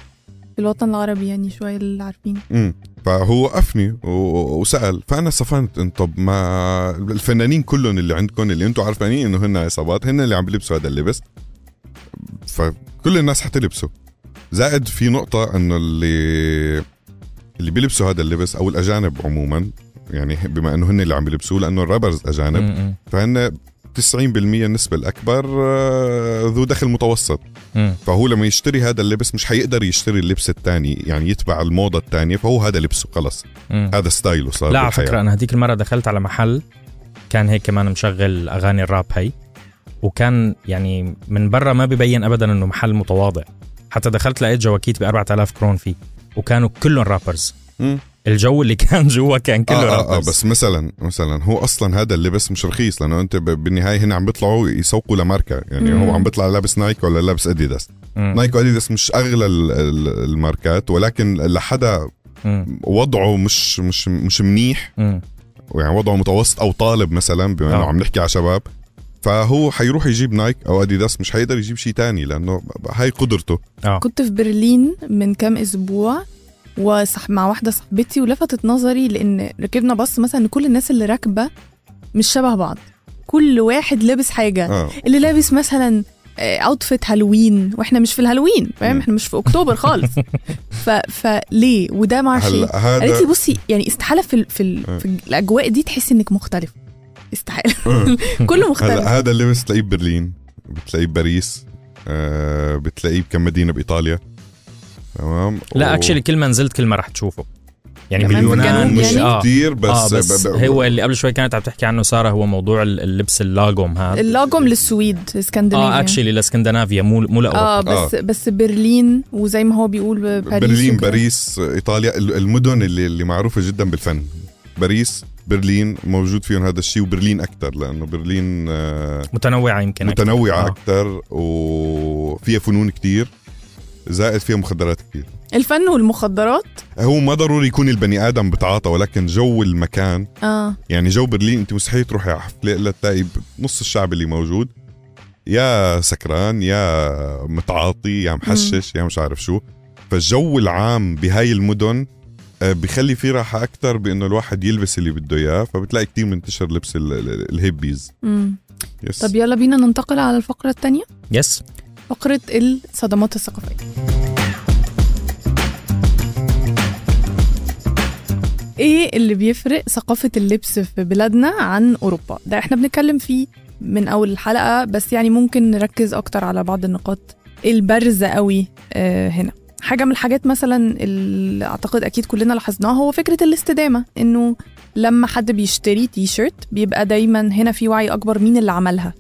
[SPEAKER 3] بالوطن العربي يعني شويه اللي عارفين
[SPEAKER 1] امم فهو وقفني و- و- وسال فانا صفنت ان طب ما الفنانين كلهم اللي عندكم اللي انتم عارفانين انه هن عصابات هن اللي عم بيلبسوا هذا اللبس فكل الناس حتلبسه زائد في نقطة انه اللي اللي بيلبسوا هذا اللبس او الاجانب عموما يعني بما انه هن اللي عم بيلبسوه لانه الرابرز اجانب
[SPEAKER 2] مم.
[SPEAKER 1] فهن 90% النسبة الاكبر آه، ذو دخل متوسط
[SPEAKER 2] مم.
[SPEAKER 1] فهو لما يشتري هذا اللبس مش حيقدر يشتري اللبس الثاني يعني يتبع الموضه الثانيه فهو هذا لبسه خلص
[SPEAKER 2] مم.
[SPEAKER 1] هذا ستايله صار
[SPEAKER 2] لا على
[SPEAKER 1] بالحياة. آه،
[SPEAKER 2] فكره انا هذيك المره دخلت على محل كان هيك كمان مشغل اغاني الراب هي وكان يعني من برا ما ببين ابدا انه محل متواضع حتى دخلت لقيت جواكيت ب 4000 كرون فيه وكانوا كلهم رابرز
[SPEAKER 1] مم.
[SPEAKER 2] الجو اللي كان جوا كان كله
[SPEAKER 1] آه, آه, آه
[SPEAKER 2] رابرز.
[SPEAKER 1] بس مثلا مثلا هو اصلا هذا اللبس مش رخيص لانه انت ب- بالنهايه هن عم بيطلعوا يسوقوا لماركه يعني
[SPEAKER 3] مم.
[SPEAKER 1] هو عم بيطلع لابس نايك ولا لابس اديداس
[SPEAKER 2] مم.
[SPEAKER 1] نايك واديداس مش اغلى ال- ال- الماركات ولكن لحدا
[SPEAKER 2] مم.
[SPEAKER 1] وضعه مش مش مش منيح
[SPEAKER 2] مم.
[SPEAKER 1] يعني وضعه متوسط او طالب مثلا بما انه
[SPEAKER 2] آه.
[SPEAKER 1] عم نحكي على شباب فهو حيروح يجيب نايك او اديداس مش حيقدر يجيب شيء تاني لانه هاي قدرته
[SPEAKER 2] اه
[SPEAKER 3] كنت في برلين من كام اسبوع وصح مع واحده صاحبتي ولفتت نظري لان ركبنا باص مثلا إن كل الناس اللي راكبه مش شبه بعض كل واحد لابس حاجه
[SPEAKER 1] اه
[SPEAKER 3] اللي لابس مثلا آه، اوتفيت هالوين واحنا مش في الهالوين فاهم
[SPEAKER 1] مم.
[SPEAKER 3] احنا مش في اكتوبر خالص ف... فليه وده ما اعرفش إيه.
[SPEAKER 1] هلا هذا
[SPEAKER 3] قالت لي بصي يعني استحاله في ال... في, ال... في الاجواء دي تحسي انك مختلف استحاله كله مختلف
[SPEAKER 1] هلا آه. هذا اللبس بتلاقيه ببرلين بتلاقيه بباريس آه بتلاقيه بكم مدينه بايطاليا تمام
[SPEAKER 2] لا
[SPEAKER 1] و-
[SPEAKER 2] اكشلي كل ما نزلت كل ما رح تشوفه يعني
[SPEAKER 3] كمان في
[SPEAKER 2] باليونان
[SPEAKER 3] الجنوب
[SPEAKER 1] مش
[SPEAKER 2] مش
[SPEAKER 3] يعني؟
[SPEAKER 2] اه
[SPEAKER 1] كثير بس,
[SPEAKER 2] بس, آه بس
[SPEAKER 1] ب- ب-
[SPEAKER 2] هو اللي قبل شوي كانت عم تحكي عنه ساره هو موضوع ال- اللبس اللاغوم هذا
[SPEAKER 3] اللاجوم للسويد اسكندنافيا
[SPEAKER 2] اه اكشلي لاسكندنافيا مو مو لاوروبا
[SPEAKER 3] اه بس آه. بس برلين وزي ما هو بيقول باريس
[SPEAKER 1] برلين
[SPEAKER 3] وكده.
[SPEAKER 1] باريس ايطاليا ال- المدن اللي, اللي معروفه جدا بالفن باريس برلين موجود فيهم هذا الشيء وبرلين اكثر لانه برلين آه
[SPEAKER 2] متنوعه يمكن أكتر.
[SPEAKER 1] متنوعه
[SPEAKER 2] آه.
[SPEAKER 1] اكثر وفيها فنون كتير زائد فيها مخدرات كتير
[SPEAKER 3] الفن والمخدرات
[SPEAKER 1] هو ما ضروري يكون البني ادم بتعاطى ولكن جو المكان
[SPEAKER 3] اه
[SPEAKER 1] يعني جو برلين انت مستحيل تروحي على حفله الا تلاقي ب- نص الشعب اللي موجود يا سكران يا متعاطي يا محشش يا مش عارف شو فالجو العام بهاي المدن آه، بخلي في راحه اكثر بانه الواحد يلبس اللي بده اياه فبتلاقي كتير منتشر لبس ال- ال- الهيبيز
[SPEAKER 3] مم.
[SPEAKER 1] يس
[SPEAKER 3] طب يلا بينا ننتقل على الفقره الثانيه
[SPEAKER 2] يس
[SPEAKER 3] فقره الصدمات الثقافيه ايه اللي بيفرق ثقافه اللبس في بلادنا عن اوروبا ده احنا بنتكلم فيه من اول الحلقه بس يعني ممكن نركز اكتر على بعض النقاط البارزه قوي آه هنا حاجه من الحاجات مثلا اللي اعتقد اكيد كلنا لاحظناها هو فكره الاستدامه انه لما حد بيشتري تي شيرت بيبقى دايما هنا في وعي اكبر مين اللي عملها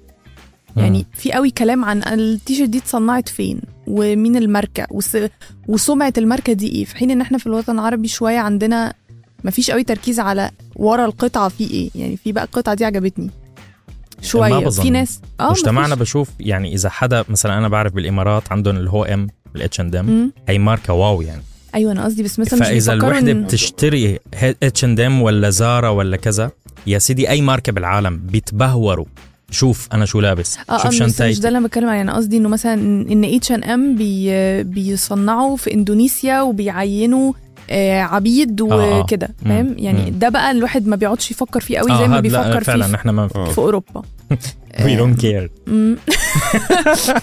[SPEAKER 3] يعني
[SPEAKER 2] آه.
[SPEAKER 3] في قوي كلام عن التيشيرت دي اتصنعت فين ومين الماركه وس... وسمعه الماركه دي ايه في حين ان احنا في الوطن العربي شويه عندنا مفيش قوي تركيز على ورا القطعه في ايه يعني في بقى القطعه دي عجبتني
[SPEAKER 2] ما
[SPEAKER 3] شويه
[SPEAKER 2] بظن.
[SPEAKER 3] في ناس اه
[SPEAKER 2] مجتمعنا بشوف يعني اذا حدا مثلا انا بعرف بالامارات عندهم الهو ام الاتش اند ام
[SPEAKER 3] مم.
[SPEAKER 2] هي ماركه واو يعني
[SPEAKER 3] ايوه انا قصدي بس مثلا مش
[SPEAKER 2] فاذا
[SPEAKER 3] بيفكروا
[SPEAKER 2] الوحده
[SPEAKER 3] إن...
[SPEAKER 2] بتشتري اتش اند ام ولا زارا ولا كذا يا سيدي اي ماركه بالعالم بيتبهوروا شوف انا شو لابس
[SPEAKER 3] اه
[SPEAKER 2] شوف
[SPEAKER 3] آه، بس مش ده
[SPEAKER 2] شنطتي
[SPEAKER 3] اللي انا بتكلم عليه انا قصدي انه مثلا ان اتش ان ام بي بيصنعوا في اندونيسيا وبيعينوا آه، عبيد
[SPEAKER 2] آه، آه.
[SPEAKER 3] وكده
[SPEAKER 2] مم،
[SPEAKER 3] فاهم يعني
[SPEAKER 2] مم.
[SPEAKER 3] ده بقى الواحد ما بيقعدش يفكر فيه قوي زي
[SPEAKER 2] آه،
[SPEAKER 3] ما
[SPEAKER 2] هاد لا،
[SPEAKER 3] بيفكر فيه
[SPEAKER 2] فعلا
[SPEAKER 3] في,
[SPEAKER 2] احنا ما
[SPEAKER 1] آه.
[SPEAKER 3] في اوروبا
[SPEAKER 2] وي دونت كير
[SPEAKER 3] مم.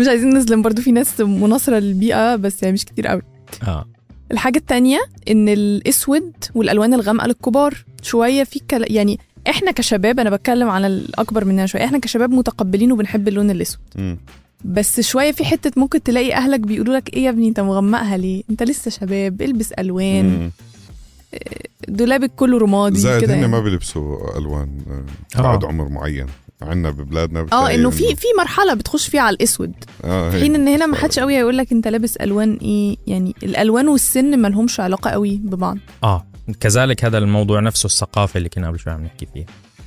[SPEAKER 3] مش عايزين نظلم برضو في ناس مناصره للبيئه بس يعني مش كتير قوي
[SPEAKER 2] اه
[SPEAKER 3] الحاجة التانية إن الأسود والألوان الغامقة للكبار شوية في كلا يعني إحنا كشباب أنا بتكلم على الأكبر مننا شوية إحنا كشباب متقبلين وبنحب اللون الأسود
[SPEAKER 1] مم.
[SPEAKER 3] بس شوية في حتة ممكن تلاقي أهلك بيقولوا لك إيه يا ابني أنت مغمقها ليه؟ أنت لسه شباب البس ألوان
[SPEAKER 1] مم.
[SPEAKER 3] دولابك كله رمادي كده
[SPEAKER 1] زائد هن
[SPEAKER 3] يعني.
[SPEAKER 1] ما بيلبسوا الوان آه،
[SPEAKER 2] آه.
[SPEAKER 1] بعد عمر معين عندنا ببلادنا
[SPEAKER 3] اه
[SPEAKER 1] بتلاقي
[SPEAKER 3] انه في في مرحله بتخش فيها على الاسود
[SPEAKER 1] آه،
[SPEAKER 3] في
[SPEAKER 1] هي.
[SPEAKER 3] حين ان هنا ما حدش قوي هيقول لك انت لابس الوان ايه يعني الالوان والسن ما لهمش علاقه قوي ببعض
[SPEAKER 2] اه كذلك هذا الموضوع نفسه الثقافه اللي كنا قبل شوي عم نحكي فيها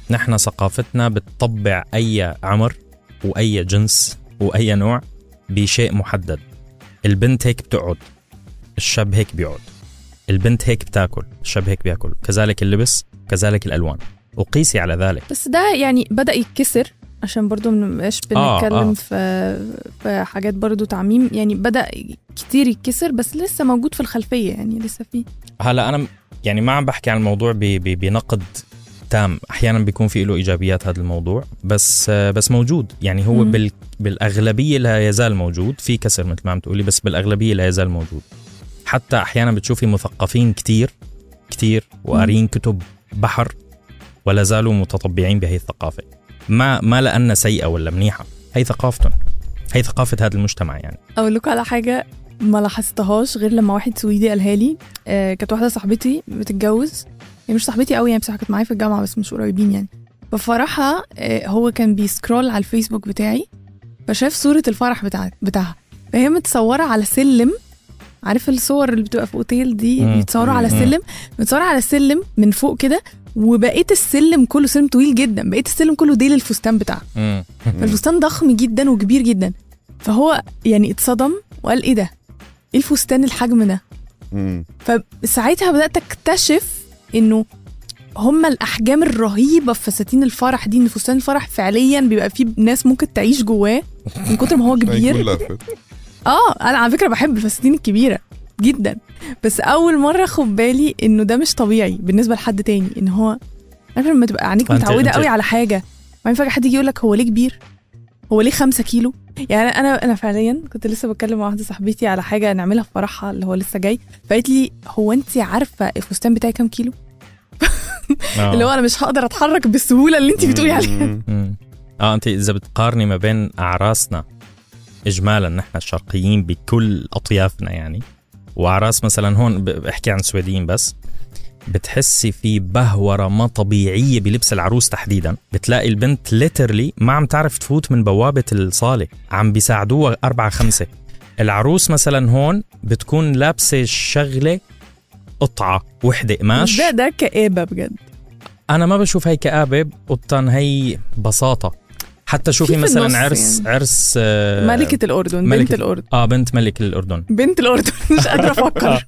[SPEAKER 2] نحن ثقافتنا بتطبع اي عمر واي جنس واي نوع بشيء محدد البنت هيك بتقعد الشاب هيك بيقعد البنت هيك بتاكل الشاب هيك بياكل كذلك اللبس كذلك الالوان وقيسي على ذلك
[SPEAKER 3] بس ده يعني بدا يتكسر عشان برضو ما نبقاش
[SPEAKER 2] آه،
[SPEAKER 3] بنتكلم
[SPEAKER 2] آه.
[SPEAKER 3] في في حاجات برضو تعميم يعني بدا كتير يتكسر بس لسه موجود في الخلفيه يعني لسه فيه
[SPEAKER 2] هلا انا م- يعني ما عم بحكي عن الموضوع ب- ب- بنقد تام احيانا بيكون في له ايجابيات هذا الموضوع بس آه، بس موجود يعني هو
[SPEAKER 3] مم.
[SPEAKER 2] بال بالاغلبيه لا يزال موجود في كسر مثل ما عم تقولي بس بالاغلبيه لا يزال موجود حتى احيانا بتشوفي مثقفين كتير كتير وقارين كتب بحر ولا زالوا متطبعين بهي الثقافه ما ما لانها سيئه ولا منيحه هي ثقافتهم هي ثقافه هذا المجتمع يعني
[SPEAKER 3] اقول لكم على حاجه ما لاحظتهاش غير لما واحد سويدي قالها لي آه كانت واحده صاحبتي بتتجوز هي مش صاحبتي قوي يعني بس كانت معايا في الجامعه بس مش قريبين يعني ففرحها آه هو كان بيسكرول على الفيسبوك بتاعي فشاف صوره الفرح بتاع بتاعها فهي متصوره على سلم عارف الصور اللي بتبقى في اوتيل دي
[SPEAKER 2] مم.
[SPEAKER 3] بيتصوروا على
[SPEAKER 1] مم.
[SPEAKER 3] سلم بيتصوروا على سلم من فوق كده وبقيه السلم كله سلم طويل جدا بقيه السلم كله ديل الفستان بتاعه
[SPEAKER 2] مم.
[SPEAKER 3] فالفستان ضخم جدا وكبير جدا فهو يعني اتصدم وقال ايه ده ايه الفستان الحجم ده
[SPEAKER 1] مم.
[SPEAKER 3] فساعتها بدات اكتشف انه هما الاحجام الرهيبه في فساتين الفرح دي ان فستان الفرح فعليا بيبقى فيه ناس ممكن تعيش جواه من كتر ما هو كبير
[SPEAKER 1] يكون لافت
[SPEAKER 3] اه انا على فكره بحب الفساتين الكبيره جدا بس اول مره خد بالي انه ده مش طبيعي بالنسبه لحد تاني ان هو عارف لما تبقى عينيك
[SPEAKER 2] فأنت-
[SPEAKER 3] متعوده
[SPEAKER 2] أنت-
[SPEAKER 3] قوي على حاجه وبعدين فجاه حد يجي يقول لك هو ليه كبير هو ليه خمسة كيلو يعني انا انا فعليا كنت لسه بتكلم مع واحده صاحبتي على حاجه نعملها في فرحها اللي هو لسه جاي فقالت لي هو انت عارفه الفستان بتاعي كام كيلو
[SPEAKER 2] آه.
[SPEAKER 3] اللي هو انا مش هقدر اتحرك بالسهوله اللي انت بتقولي عليها
[SPEAKER 1] مم.
[SPEAKER 2] مم. اه انت اذا بتقارني ما بين اعراسنا اجمالا نحن الشرقيين بكل اطيافنا يعني واعراس مثلا هون ب- بحكي عن السويديين بس بتحسي في بهوره ما طبيعيه بلبس العروس تحديدا بتلاقي البنت ليترلي ما عم تعرف تفوت من بوابه الصاله عم بيساعدوها أربعة خمسة العروس مثلا هون بتكون لابسه شغله قطعه وحده قماش
[SPEAKER 3] ده ده كآبه بجد
[SPEAKER 2] انا ما بشوف هي كآبه قطن هي بساطه حتى شوفي
[SPEAKER 3] في النص
[SPEAKER 2] مثلا عرس يعني. عرس آه،
[SPEAKER 3] ملكه الاردن بنت
[SPEAKER 2] ملكة-
[SPEAKER 3] الاردن
[SPEAKER 2] اه بنت ملك الاردن
[SPEAKER 3] بنت الاردن مش قادره افكر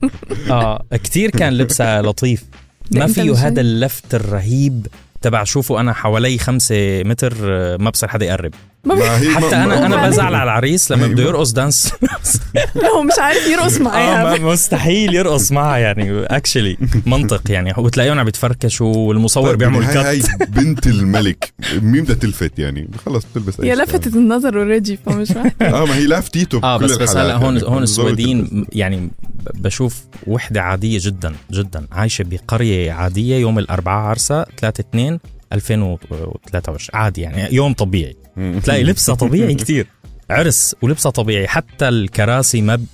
[SPEAKER 2] اه كثير كان لبسها لطيف
[SPEAKER 3] ده
[SPEAKER 2] ما
[SPEAKER 3] أنت مش
[SPEAKER 2] فيه
[SPEAKER 3] شايف؟
[SPEAKER 2] هذا اللفت الرهيب تبع شوفه انا حوالي خمسة متر آه، ما بصير حدا يقرب
[SPEAKER 3] ما بي-
[SPEAKER 1] ما هي-
[SPEAKER 2] حتى
[SPEAKER 1] ما-
[SPEAKER 2] انا
[SPEAKER 1] ما-
[SPEAKER 2] انا
[SPEAKER 1] ما-
[SPEAKER 2] بزعل على العريس لما
[SPEAKER 1] هي-
[SPEAKER 2] بده يرقص دانس
[SPEAKER 3] لو مش عارف يرقص
[SPEAKER 1] آه،
[SPEAKER 2] اه
[SPEAKER 3] معاها
[SPEAKER 2] ما- مستحيل يرقص معها يعني اكشلي منطق يعني وتلاقيهم عم بيتفركشوا والمصور
[SPEAKER 1] طيب،
[SPEAKER 2] بيعمل
[SPEAKER 1] هاي-
[SPEAKER 2] كات
[SPEAKER 1] هاي بنت الملك مين بدها تلفت يعني خلص بتلبس اي
[SPEAKER 3] هي
[SPEAKER 1] شيء.
[SPEAKER 3] لفتت النظر اوريدي فمش محتاج
[SPEAKER 1] اه ما هي لافتيته
[SPEAKER 2] اه
[SPEAKER 1] بكل
[SPEAKER 2] بس بس
[SPEAKER 1] الحالات
[SPEAKER 2] هلا هون
[SPEAKER 1] يعني.
[SPEAKER 2] هون
[SPEAKER 1] بالضبط.
[SPEAKER 2] السويديين م- يعني ب- بشوف وحده عاديه جدا جدا عايشه بقريه عاديه يوم الاربعاء عرسها 3 2 2023 عادي يعني يوم طبيعي
[SPEAKER 1] مم. يعني
[SPEAKER 2] تلاقي لبسها طبيعي كتير عرس ولبسها طبيعي حتى الكراسي ما ب...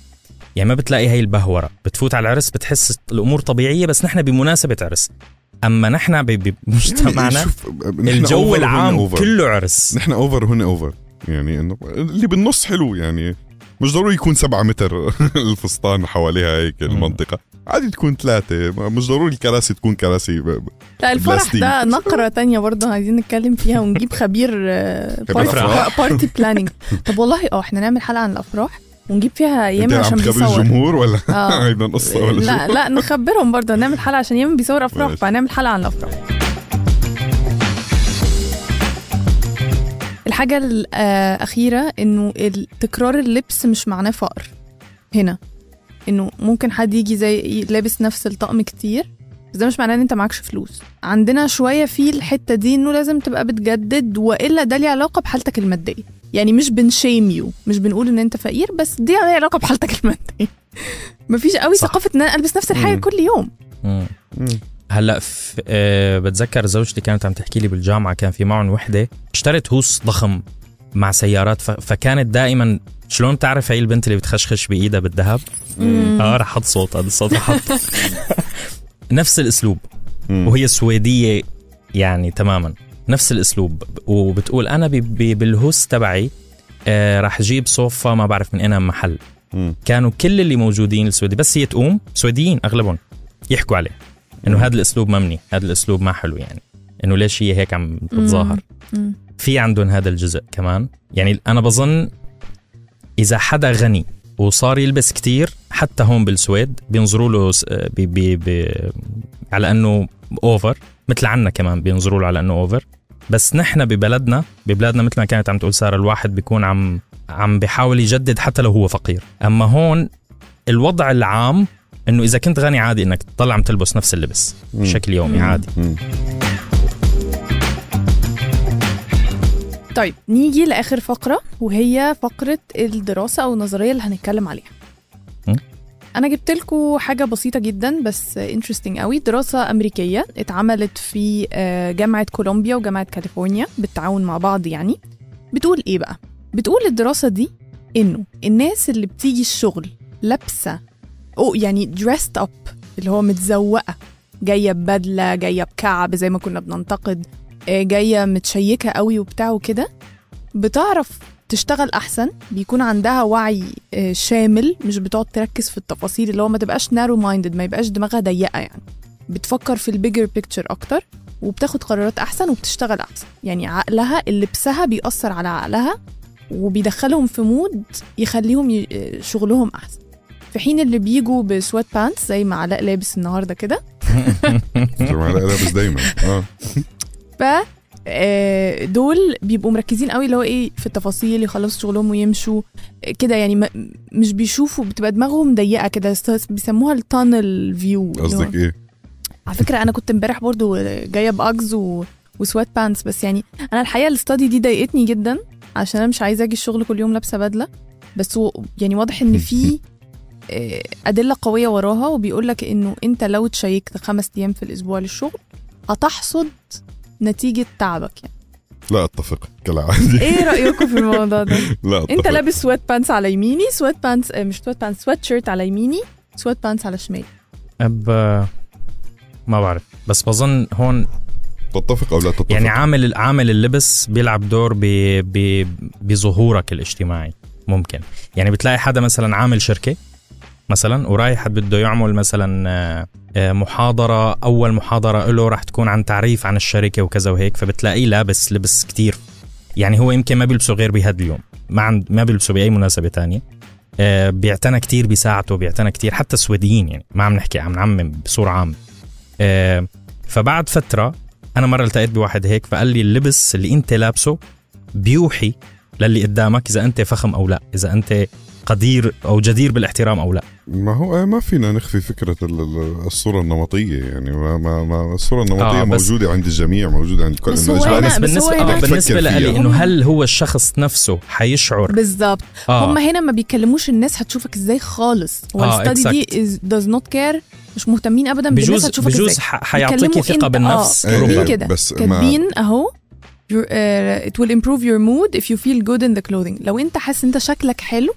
[SPEAKER 2] يعني ما بتلاقي هاي البهوره بتفوت على العرس بتحس الامور طبيعيه بس نحن بمناسبه عرس اما نحن ب- بمجتمعنا
[SPEAKER 1] شوف، آه، نحن
[SPEAKER 2] الجو
[SPEAKER 1] أوفر وهن
[SPEAKER 2] العام
[SPEAKER 1] أوفر.
[SPEAKER 2] كله عرس
[SPEAKER 1] نحن اوفر وهن اوفر يعني انه اللي بالنص حلو يعني مش ضروري يكون سبعة متر الفستان حواليها هيك المنطقة عادي تكون ثلاثة ما- مش ضروري الكراسي تكون كراسي ب- ب-
[SPEAKER 3] لا الفرح
[SPEAKER 1] بلاستيك.
[SPEAKER 3] ده نقرة تانية برضه عايزين نتكلم فيها ونجيب خبير آه،
[SPEAKER 1] أفراح.
[SPEAKER 3] بارتي بلاننج طب والله اه احنا نعمل حلقة عن الأفراح ونجيب فيها
[SPEAKER 1] انت
[SPEAKER 3] يمن
[SPEAKER 1] عم
[SPEAKER 3] عشان
[SPEAKER 1] تخبر
[SPEAKER 3] بيصور
[SPEAKER 1] الجمهور ولا
[SPEAKER 3] آه.
[SPEAKER 1] عيبنا نقصها ولا شو؟
[SPEAKER 3] لا لا نخبرهم برضه نعمل حلقة عشان يمن بيصور أفراح
[SPEAKER 1] ماشي.
[SPEAKER 3] فهنعمل حلقة عن الأفراح الحاجة الأخيرة إنه ال- تكرار اللبس مش معناه فقر هنا انه ممكن حد يجي زي لابس نفس الطقم كتير بس ده مش معناه ان انت معكش فلوس عندنا شويه في الحته دي انه لازم تبقى بتجدد والا ده ليه علاقه بحالتك الماديه يعني مش بنشيم يو مش بنقول ان انت فقير بس دي ليه علاقه بحالتك الماديه مفيش قوي
[SPEAKER 2] صح.
[SPEAKER 3] ثقافه ان انا البس نفس الحاجه
[SPEAKER 1] مم.
[SPEAKER 3] كل يوم
[SPEAKER 2] مم.
[SPEAKER 1] مم.
[SPEAKER 2] هلا في أه بتذكر زوجتي كانت عم تحكي لي بالجامعه كان في معهم وحده اشترت هوس ضخم مع سيارات ف... فكانت دائما شلون بتعرف هي البنت اللي بتخشخش بايدها بالذهب؟ اه رح احط صوت هذا الصوت رح احط نفس الاسلوب
[SPEAKER 1] مم.
[SPEAKER 2] وهي سويديه يعني تماما نفس الاسلوب وبتقول انا ب... ب... بالهوس تبعي آه رح جيب صوفة ما بعرف من انا محل
[SPEAKER 1] مم.
[SPEAKER 2] كانوا كل اللي موجودين السويدي بس هي تقوم سويديين اغلبهم يحكوا عليه انه هذا الاسلوب ممني هذا الاسلوب ما حلو يعني انه ليش هي هيك عم تتظاهر
[SPEAKER 3] مم.
[SPEAKER 2] في عندهم هذا الجزء كمان يعني انا بظن اذا حدا غني وصار يلبس كتير حتى هون بالسويد بينظروا له س- آه، بي بي بي على انه اوفر مثل عنا كمان بينظروا له على انه اوفر بس نحن ببلدنا ببلادنا مثل ما كانت عم تقول ساره الواحد بيكون عم عم بيحاول يجدد حتى لو هو فقير اما هون الوضع العام انه اذا كنت غني عادي انك تطلع عم تلبس نفس اللبس
[SPEAKER 1] مم.
[SPEAKER 2] بشكل يومي
[SPEAKER 3] مم.
[SPEAKER 2] عادي
[SPEAKER 1] مم.
[SPEAKER 3] طيب نيجي لاخر فقره وهي فقره الدراسه او النظريه اللي هنتكلم عليها
[SPEAKER 2] م.
[SPEAKER 3] انا جبت لكم حاجه بسيطه جدا بس انترستنج قوي دراسه امريكيه اتعملت في آه، جامعه كولومبيا وجامعه كاليفورنيا بالتعاون مع بعض يعني بتقول ايه بقى بتقول الدراسه دي انه الناس اللي بتيجي الشغل لابسه او يعني dressed up اللي هو متزوقه جايه ببدله جايه بكعب زي ما كنا بننتقد آه، جايه متشيكه قوي وبتاع وكده بتعرف تشتغل احسن بيكون عندها وعي آه، شامل مش بتقعد تركز في التفاصيل اللي هو ما تبقاش نارو مايندد ما يبقاش دماغها ضيقه يعني بتفكر في البيجر بيكتشر اكتر وبتاخد قرارات احسن وبتشتغل احسن يعني عقلها لبسها بيأثر على عقلها وبيدخلهم في مود يخليهم ي... آه، شغلهم احسن في حين اللي بيجوا بسوات بانتس زي ما علاء لابس النهارده كده
[SPEAKER 1] جماعة لابس دايما اه
[SPEAKER 3] ف آه، دول بيبقوا مركزين قوي اللي هو ايه في التفاصيل يخلصوا شغلهم ويمشوا آه، كده يعني ما- مش بيشوفوا بتبقى دماغهم ضيقه كده است- بيسموها التانل فيو
[SPEAKER 1] قصدك ايه؟
[SPEAKER 3] على فكره انا كنت امبارح برضو جايه باجز و... وسوات بانس بس يعني انا الحقيقه الاستادي دي ضايقتني جدا عشان انا مش عايزه اجي الشغل كل يوم لابسه بدله بس و... يعني واضح ان في آه، ادله قويه وراها وبيقول لك انه انت لو تشيكت خمس ايام في الاسبوع للشغل هتحصد نتيجه تعبك يعني
[SPEAKER 1] لا اتفق كالعادة
[SPEAKER 3] ايه رايكم في الموضوع ده
[SPEAKER 1] لا اتفق
[SPEAKER 3] انت لابس سوات بانس على يميني سوات بانس آه، مش سوات بانس سوات شيرت على يميني سوات بانس على شمالي
[SPEAKER 2] أب ما بعرف بس بظن هون
[SPEAKER 1] تتفق او لا تتفق
[SPEAKER 2] يعني عامل عامل اللبس بيلعب دور ب... ب... بظهورك الاجتماعي ممكن يعني بتلاقي حدا مثلا عامل شركه مثلا ورايح بده يعمل مثلا آه، آه، محاضره اول محاضره له راح تكون عن تعريف عن الشركه وكذا وهيك فبتلاقيه لابس لبس كتير يعني هو يمكن ما بيلبسه غير بهذا اليوم ما عند ما بيلبسه باي مناسبه تانية آه، بيعتنى كتير بساعته بيعتنى كتير حتى السويديين يعني ما عم نحكي عم نعمم بصوره عامه آه، فبعد فتره انا مره التقيت بواحد هيك فقال لي اللبس اللي انت لابسه بيوحي للي قدامك اذا انت فخم او لا اذا انت قدير او جدير بالاحترام او لا
[SPEAKER 1] ما هو آه، ما فينا نخفي فكرة ال- ال- الصورة النمطية يعني ما ما, ما الصورة النمطية
[SPEAKER 2] آه،
[SPEAKER 1] آه
[SPEAKER 2] بس-
[SPEAKER 1] موجودة عند الجميع موجودة عند كل
[SPEAKER 3] بس
[SPEAKER 1] إنه
[SPEAKER 3] هو
[SPEAKER 1] إجباري-
[SPEAKER 3] هنا-
[SPEAKER 2] بس
[SPEAKER 3] نعم، بس
[SPEAKER 2] بالنسبه
[SPEAKER 3] هو هنا-
[SPEAKER 2] آه، بالنسبه
[SPEAKER 1] بتفكر
[SPEAKER 2] لي
[SPEAKER 1] فيها.
[SPEAKER 2] انه هل هو الشخص نفسه حيشعر
[SPEAKER 3] بالظبط آه. هم
[SPEAKER 2] اه
[SPEAKER 3] هنا ما بيكلموش الناس هتشوفك ازاي خالص هو
[SPEAKER 2] آه،
[SPEAKER 3] آه الستادي دي is- does not care مش مهتمين ابدا بالناس
[SPEAKER 2] بجوز
[SPEAKER 3] هتشوفك
[SPEAKER 2] بجوز
[SPEAKER 3] ازاي
[SPEAKER 2] ح- حيعطيكي
[SPEAKER 3] بيكلموا
[SPEAKER 2] ثقه
[SPEAKER 3] إنت-
[SPEAKER 2] بالنفس
[SPEAKER 1] آه،
[SPEAKER 2] ربما.
[SPEAKER 3] في
[SPEAKER 1] إيه،
[SPEAKER 3] كده
[SPEAKER 1] بس ما-
[SPEAKER 3] كاتبين اهو your, uh, it will improve your mood if you feel good in the clothing لو انت حاسس انت شكلك حلو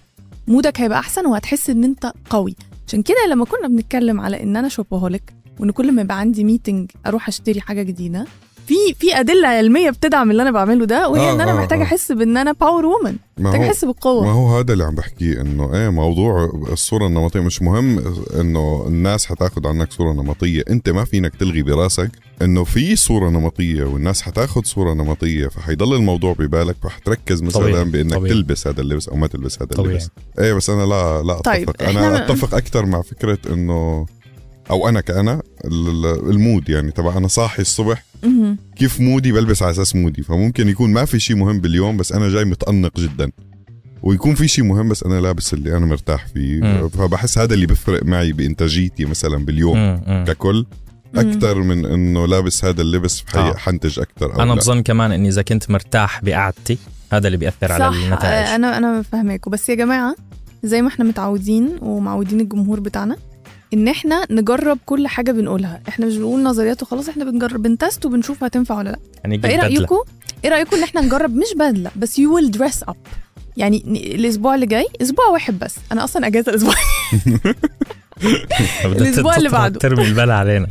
[SPEAKER 3] مودك هيبقى احسن وهتحس ان انت قوي عشان كده لما كنا بنتكلم على ان انا شوبهوليك وان كل ما يبقى عندي ميتنج اروح اشتري حاجه جديده في في ادله علميه بتدعم اللي انا بعمله ده وهي
[SPEAKER 1] آه،
[SPEAKER 3] ان انا
[SPEAKER 1] آه،
[SPEAKER 3] محتاجه
[SPEAKER 1] آه.
[SPEAKER 3] احس بان انا باور وومن
[SPEAKER 1] ما
[SPEAKER 3] محتاجه
[SPEAKER 1] هو
[SPEAKER 3] احس بالقوه
[SPEAKER 1] ما هو هذا اللي عم بحكيه انه ايه موضوع الصوره النمطيه مش مهم انه الناس حتاخد عنك صوره نمطيه انت ما فينك تلغي براسك انه في صوره نمطيه والناس حتاخد صوره نمطيه فحيضل الموضوع ببالك فحتركز مثلا
[SPEAKER 2] طبيعي،
[SPEAKER 1] بانك
[SPEAKER 2] طبيعي.
[SPEAKER 1] تلبس هذا اللبس او ما تلبس هذا
[SPEAKER 2] طبيعي.
[SPEAKER 1] اللبس ايه بس انا لا لا اتفق
[SPEAKER 3] طيب، إحنا
[SPEAKER 1] انا
[SPEAKER 3] ما-
[SPEAKER 1] اتفق اكثر مع فكره انه او انا كأنا ال- ال- المود يعني تبع انا صاحي الصبح
[SPEAKER 3] مهم.
[SPEAKER 1] كيف مودي بلبس على اساس مودي فممكن يكون ما في شيء مهم باليوم بس انا جاي متأنق جدا ويكون في شيء مهم بس انا لابس اللي انا مرتاح فيه
[SPEAKER 2] مم.
[SPEAKER 1] فبحس هذا اللي بفرق معي بانتاجيتي مثلا باليوم
[SPEAKER 2] مم، مم.
[SPEAKER 1] ككل اكثر من انه لابس هذا اللبس حي-
[SPEAKER 2] آه.
[SPEAKER 1] حنتج اكثر او
[SPEAKER 2] انا
[SPEAKER 1] لا.
[SPEAKER 2] بظن كمان اني اذا كنت مرتاح بقعدتي هذا اللي بياثر على النتائج
[SPEAKER 3] آه، انا انا فاهماكم بس يا جماعه زي ما احنا متعودين ومعودين الجمهور بتاعنا ان احنا نجرب كل حاجه بنقولها احنا مش بنقول نظريات وخلاص احنا بنجرب بنتست وبنشوف هتنفع ولا لا
[SPEAKER 2] يعني جيب
[SPEAKER 3] فايه
[SPEAKER 2] بدلة.
[SPEAKER 3] رايكم ايه رايكم ان احنا نجرب مش بدله بس يو ويل دريس اب يعني ن- الاسبوع اللي جاي اسبوع واحد بس انا اصلا اجازه الاسبوع
[SPEAKER 2] بدها تت-
[SPEAKER 3] الأسبوع اللي
[SPEAKER 2] تت-
[SPEAKER 3] بعده.
[SPEAKER 2] ترمي البلا علينا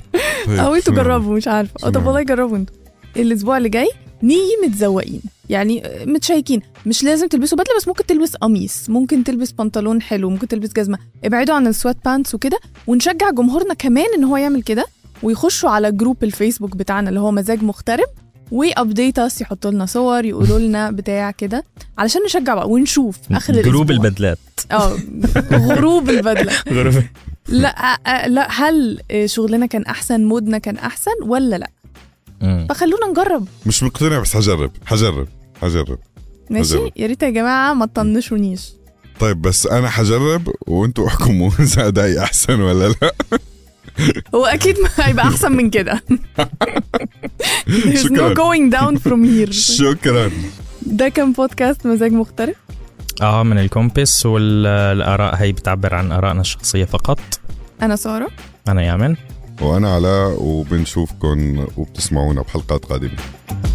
[SPEAKER 1] طيب،
[SPEAKER 3] او انتوا
[SPEAKER 1] شو-
[SPEAKER 3] جربوا مش عارفه اه طب
[SPEAKER 1] تمام.
[SPEAKER 3] والله جربوا انتوا الاسبوع اللي جاي نيجي متزوقين يعني آه، متشيكين مش لازم تلبسوا بدله بس ممكن تلبس قميص ممكن تلبس بنطلون حلو ممكن تلبس جزمه ابعدوا عن السوات بانتس وكده ونشجع جمهورنا كمان ان هو يعمل كده ويخشوا على جروب الفيسبوك بتاعنا اللي هو مزاج مغترب وابديت اس يحطوا لنا صور يقولوا لنا بتاع كده علشان نشجع بقى ونشوف اخر
[SPEAKER 2] جروب
[SPEAKER 3] الأسبوع.
[SPEAKER 2] البدلات
[SPEAKER 3] اه غروب البدله
[SPEAKER 2] غروب
[SPEAKER 3] لا آه، لا هل آه، شغلنا كان احسن مودنا كان احسن ولا لا
[SPEAKER 2] مم.
[SPEAKER 3] فخلونا نجرب
[SPEAKER 1] مش مقتنع بس حجرب حجرب حجرب
[SPEAKER 3] ماشي
[SPEAKER 1] نجرب.
[SPEAKER 3] يا ريت يا جماعه ما تطنشونيش
[SPEAKER 1] طيب بس انا حجرب وانتوا احكموا اذا ادائي احسن ولا لا
[SPEAKER 3] هو اكيد ما هيبقى احسن من كده There's no
[SPEAKER 1] شكراً.
[SPEAKER 3] going down from here
[SPEAKER 1] شكرا
[SPEAKER 3] ده كان بودكاست مزاج مختلف
[SPEAKER 2] اه من الكومبس والاراء هي بتعبر عن ارائنا الشخصيه فقط
[SPEAKER 3] انا ساره
[SPEAKER 2] انا يامن
[SPEAKER 1] وانا علاء وبنشوفكم وبتسمعونا بحلقات قادمه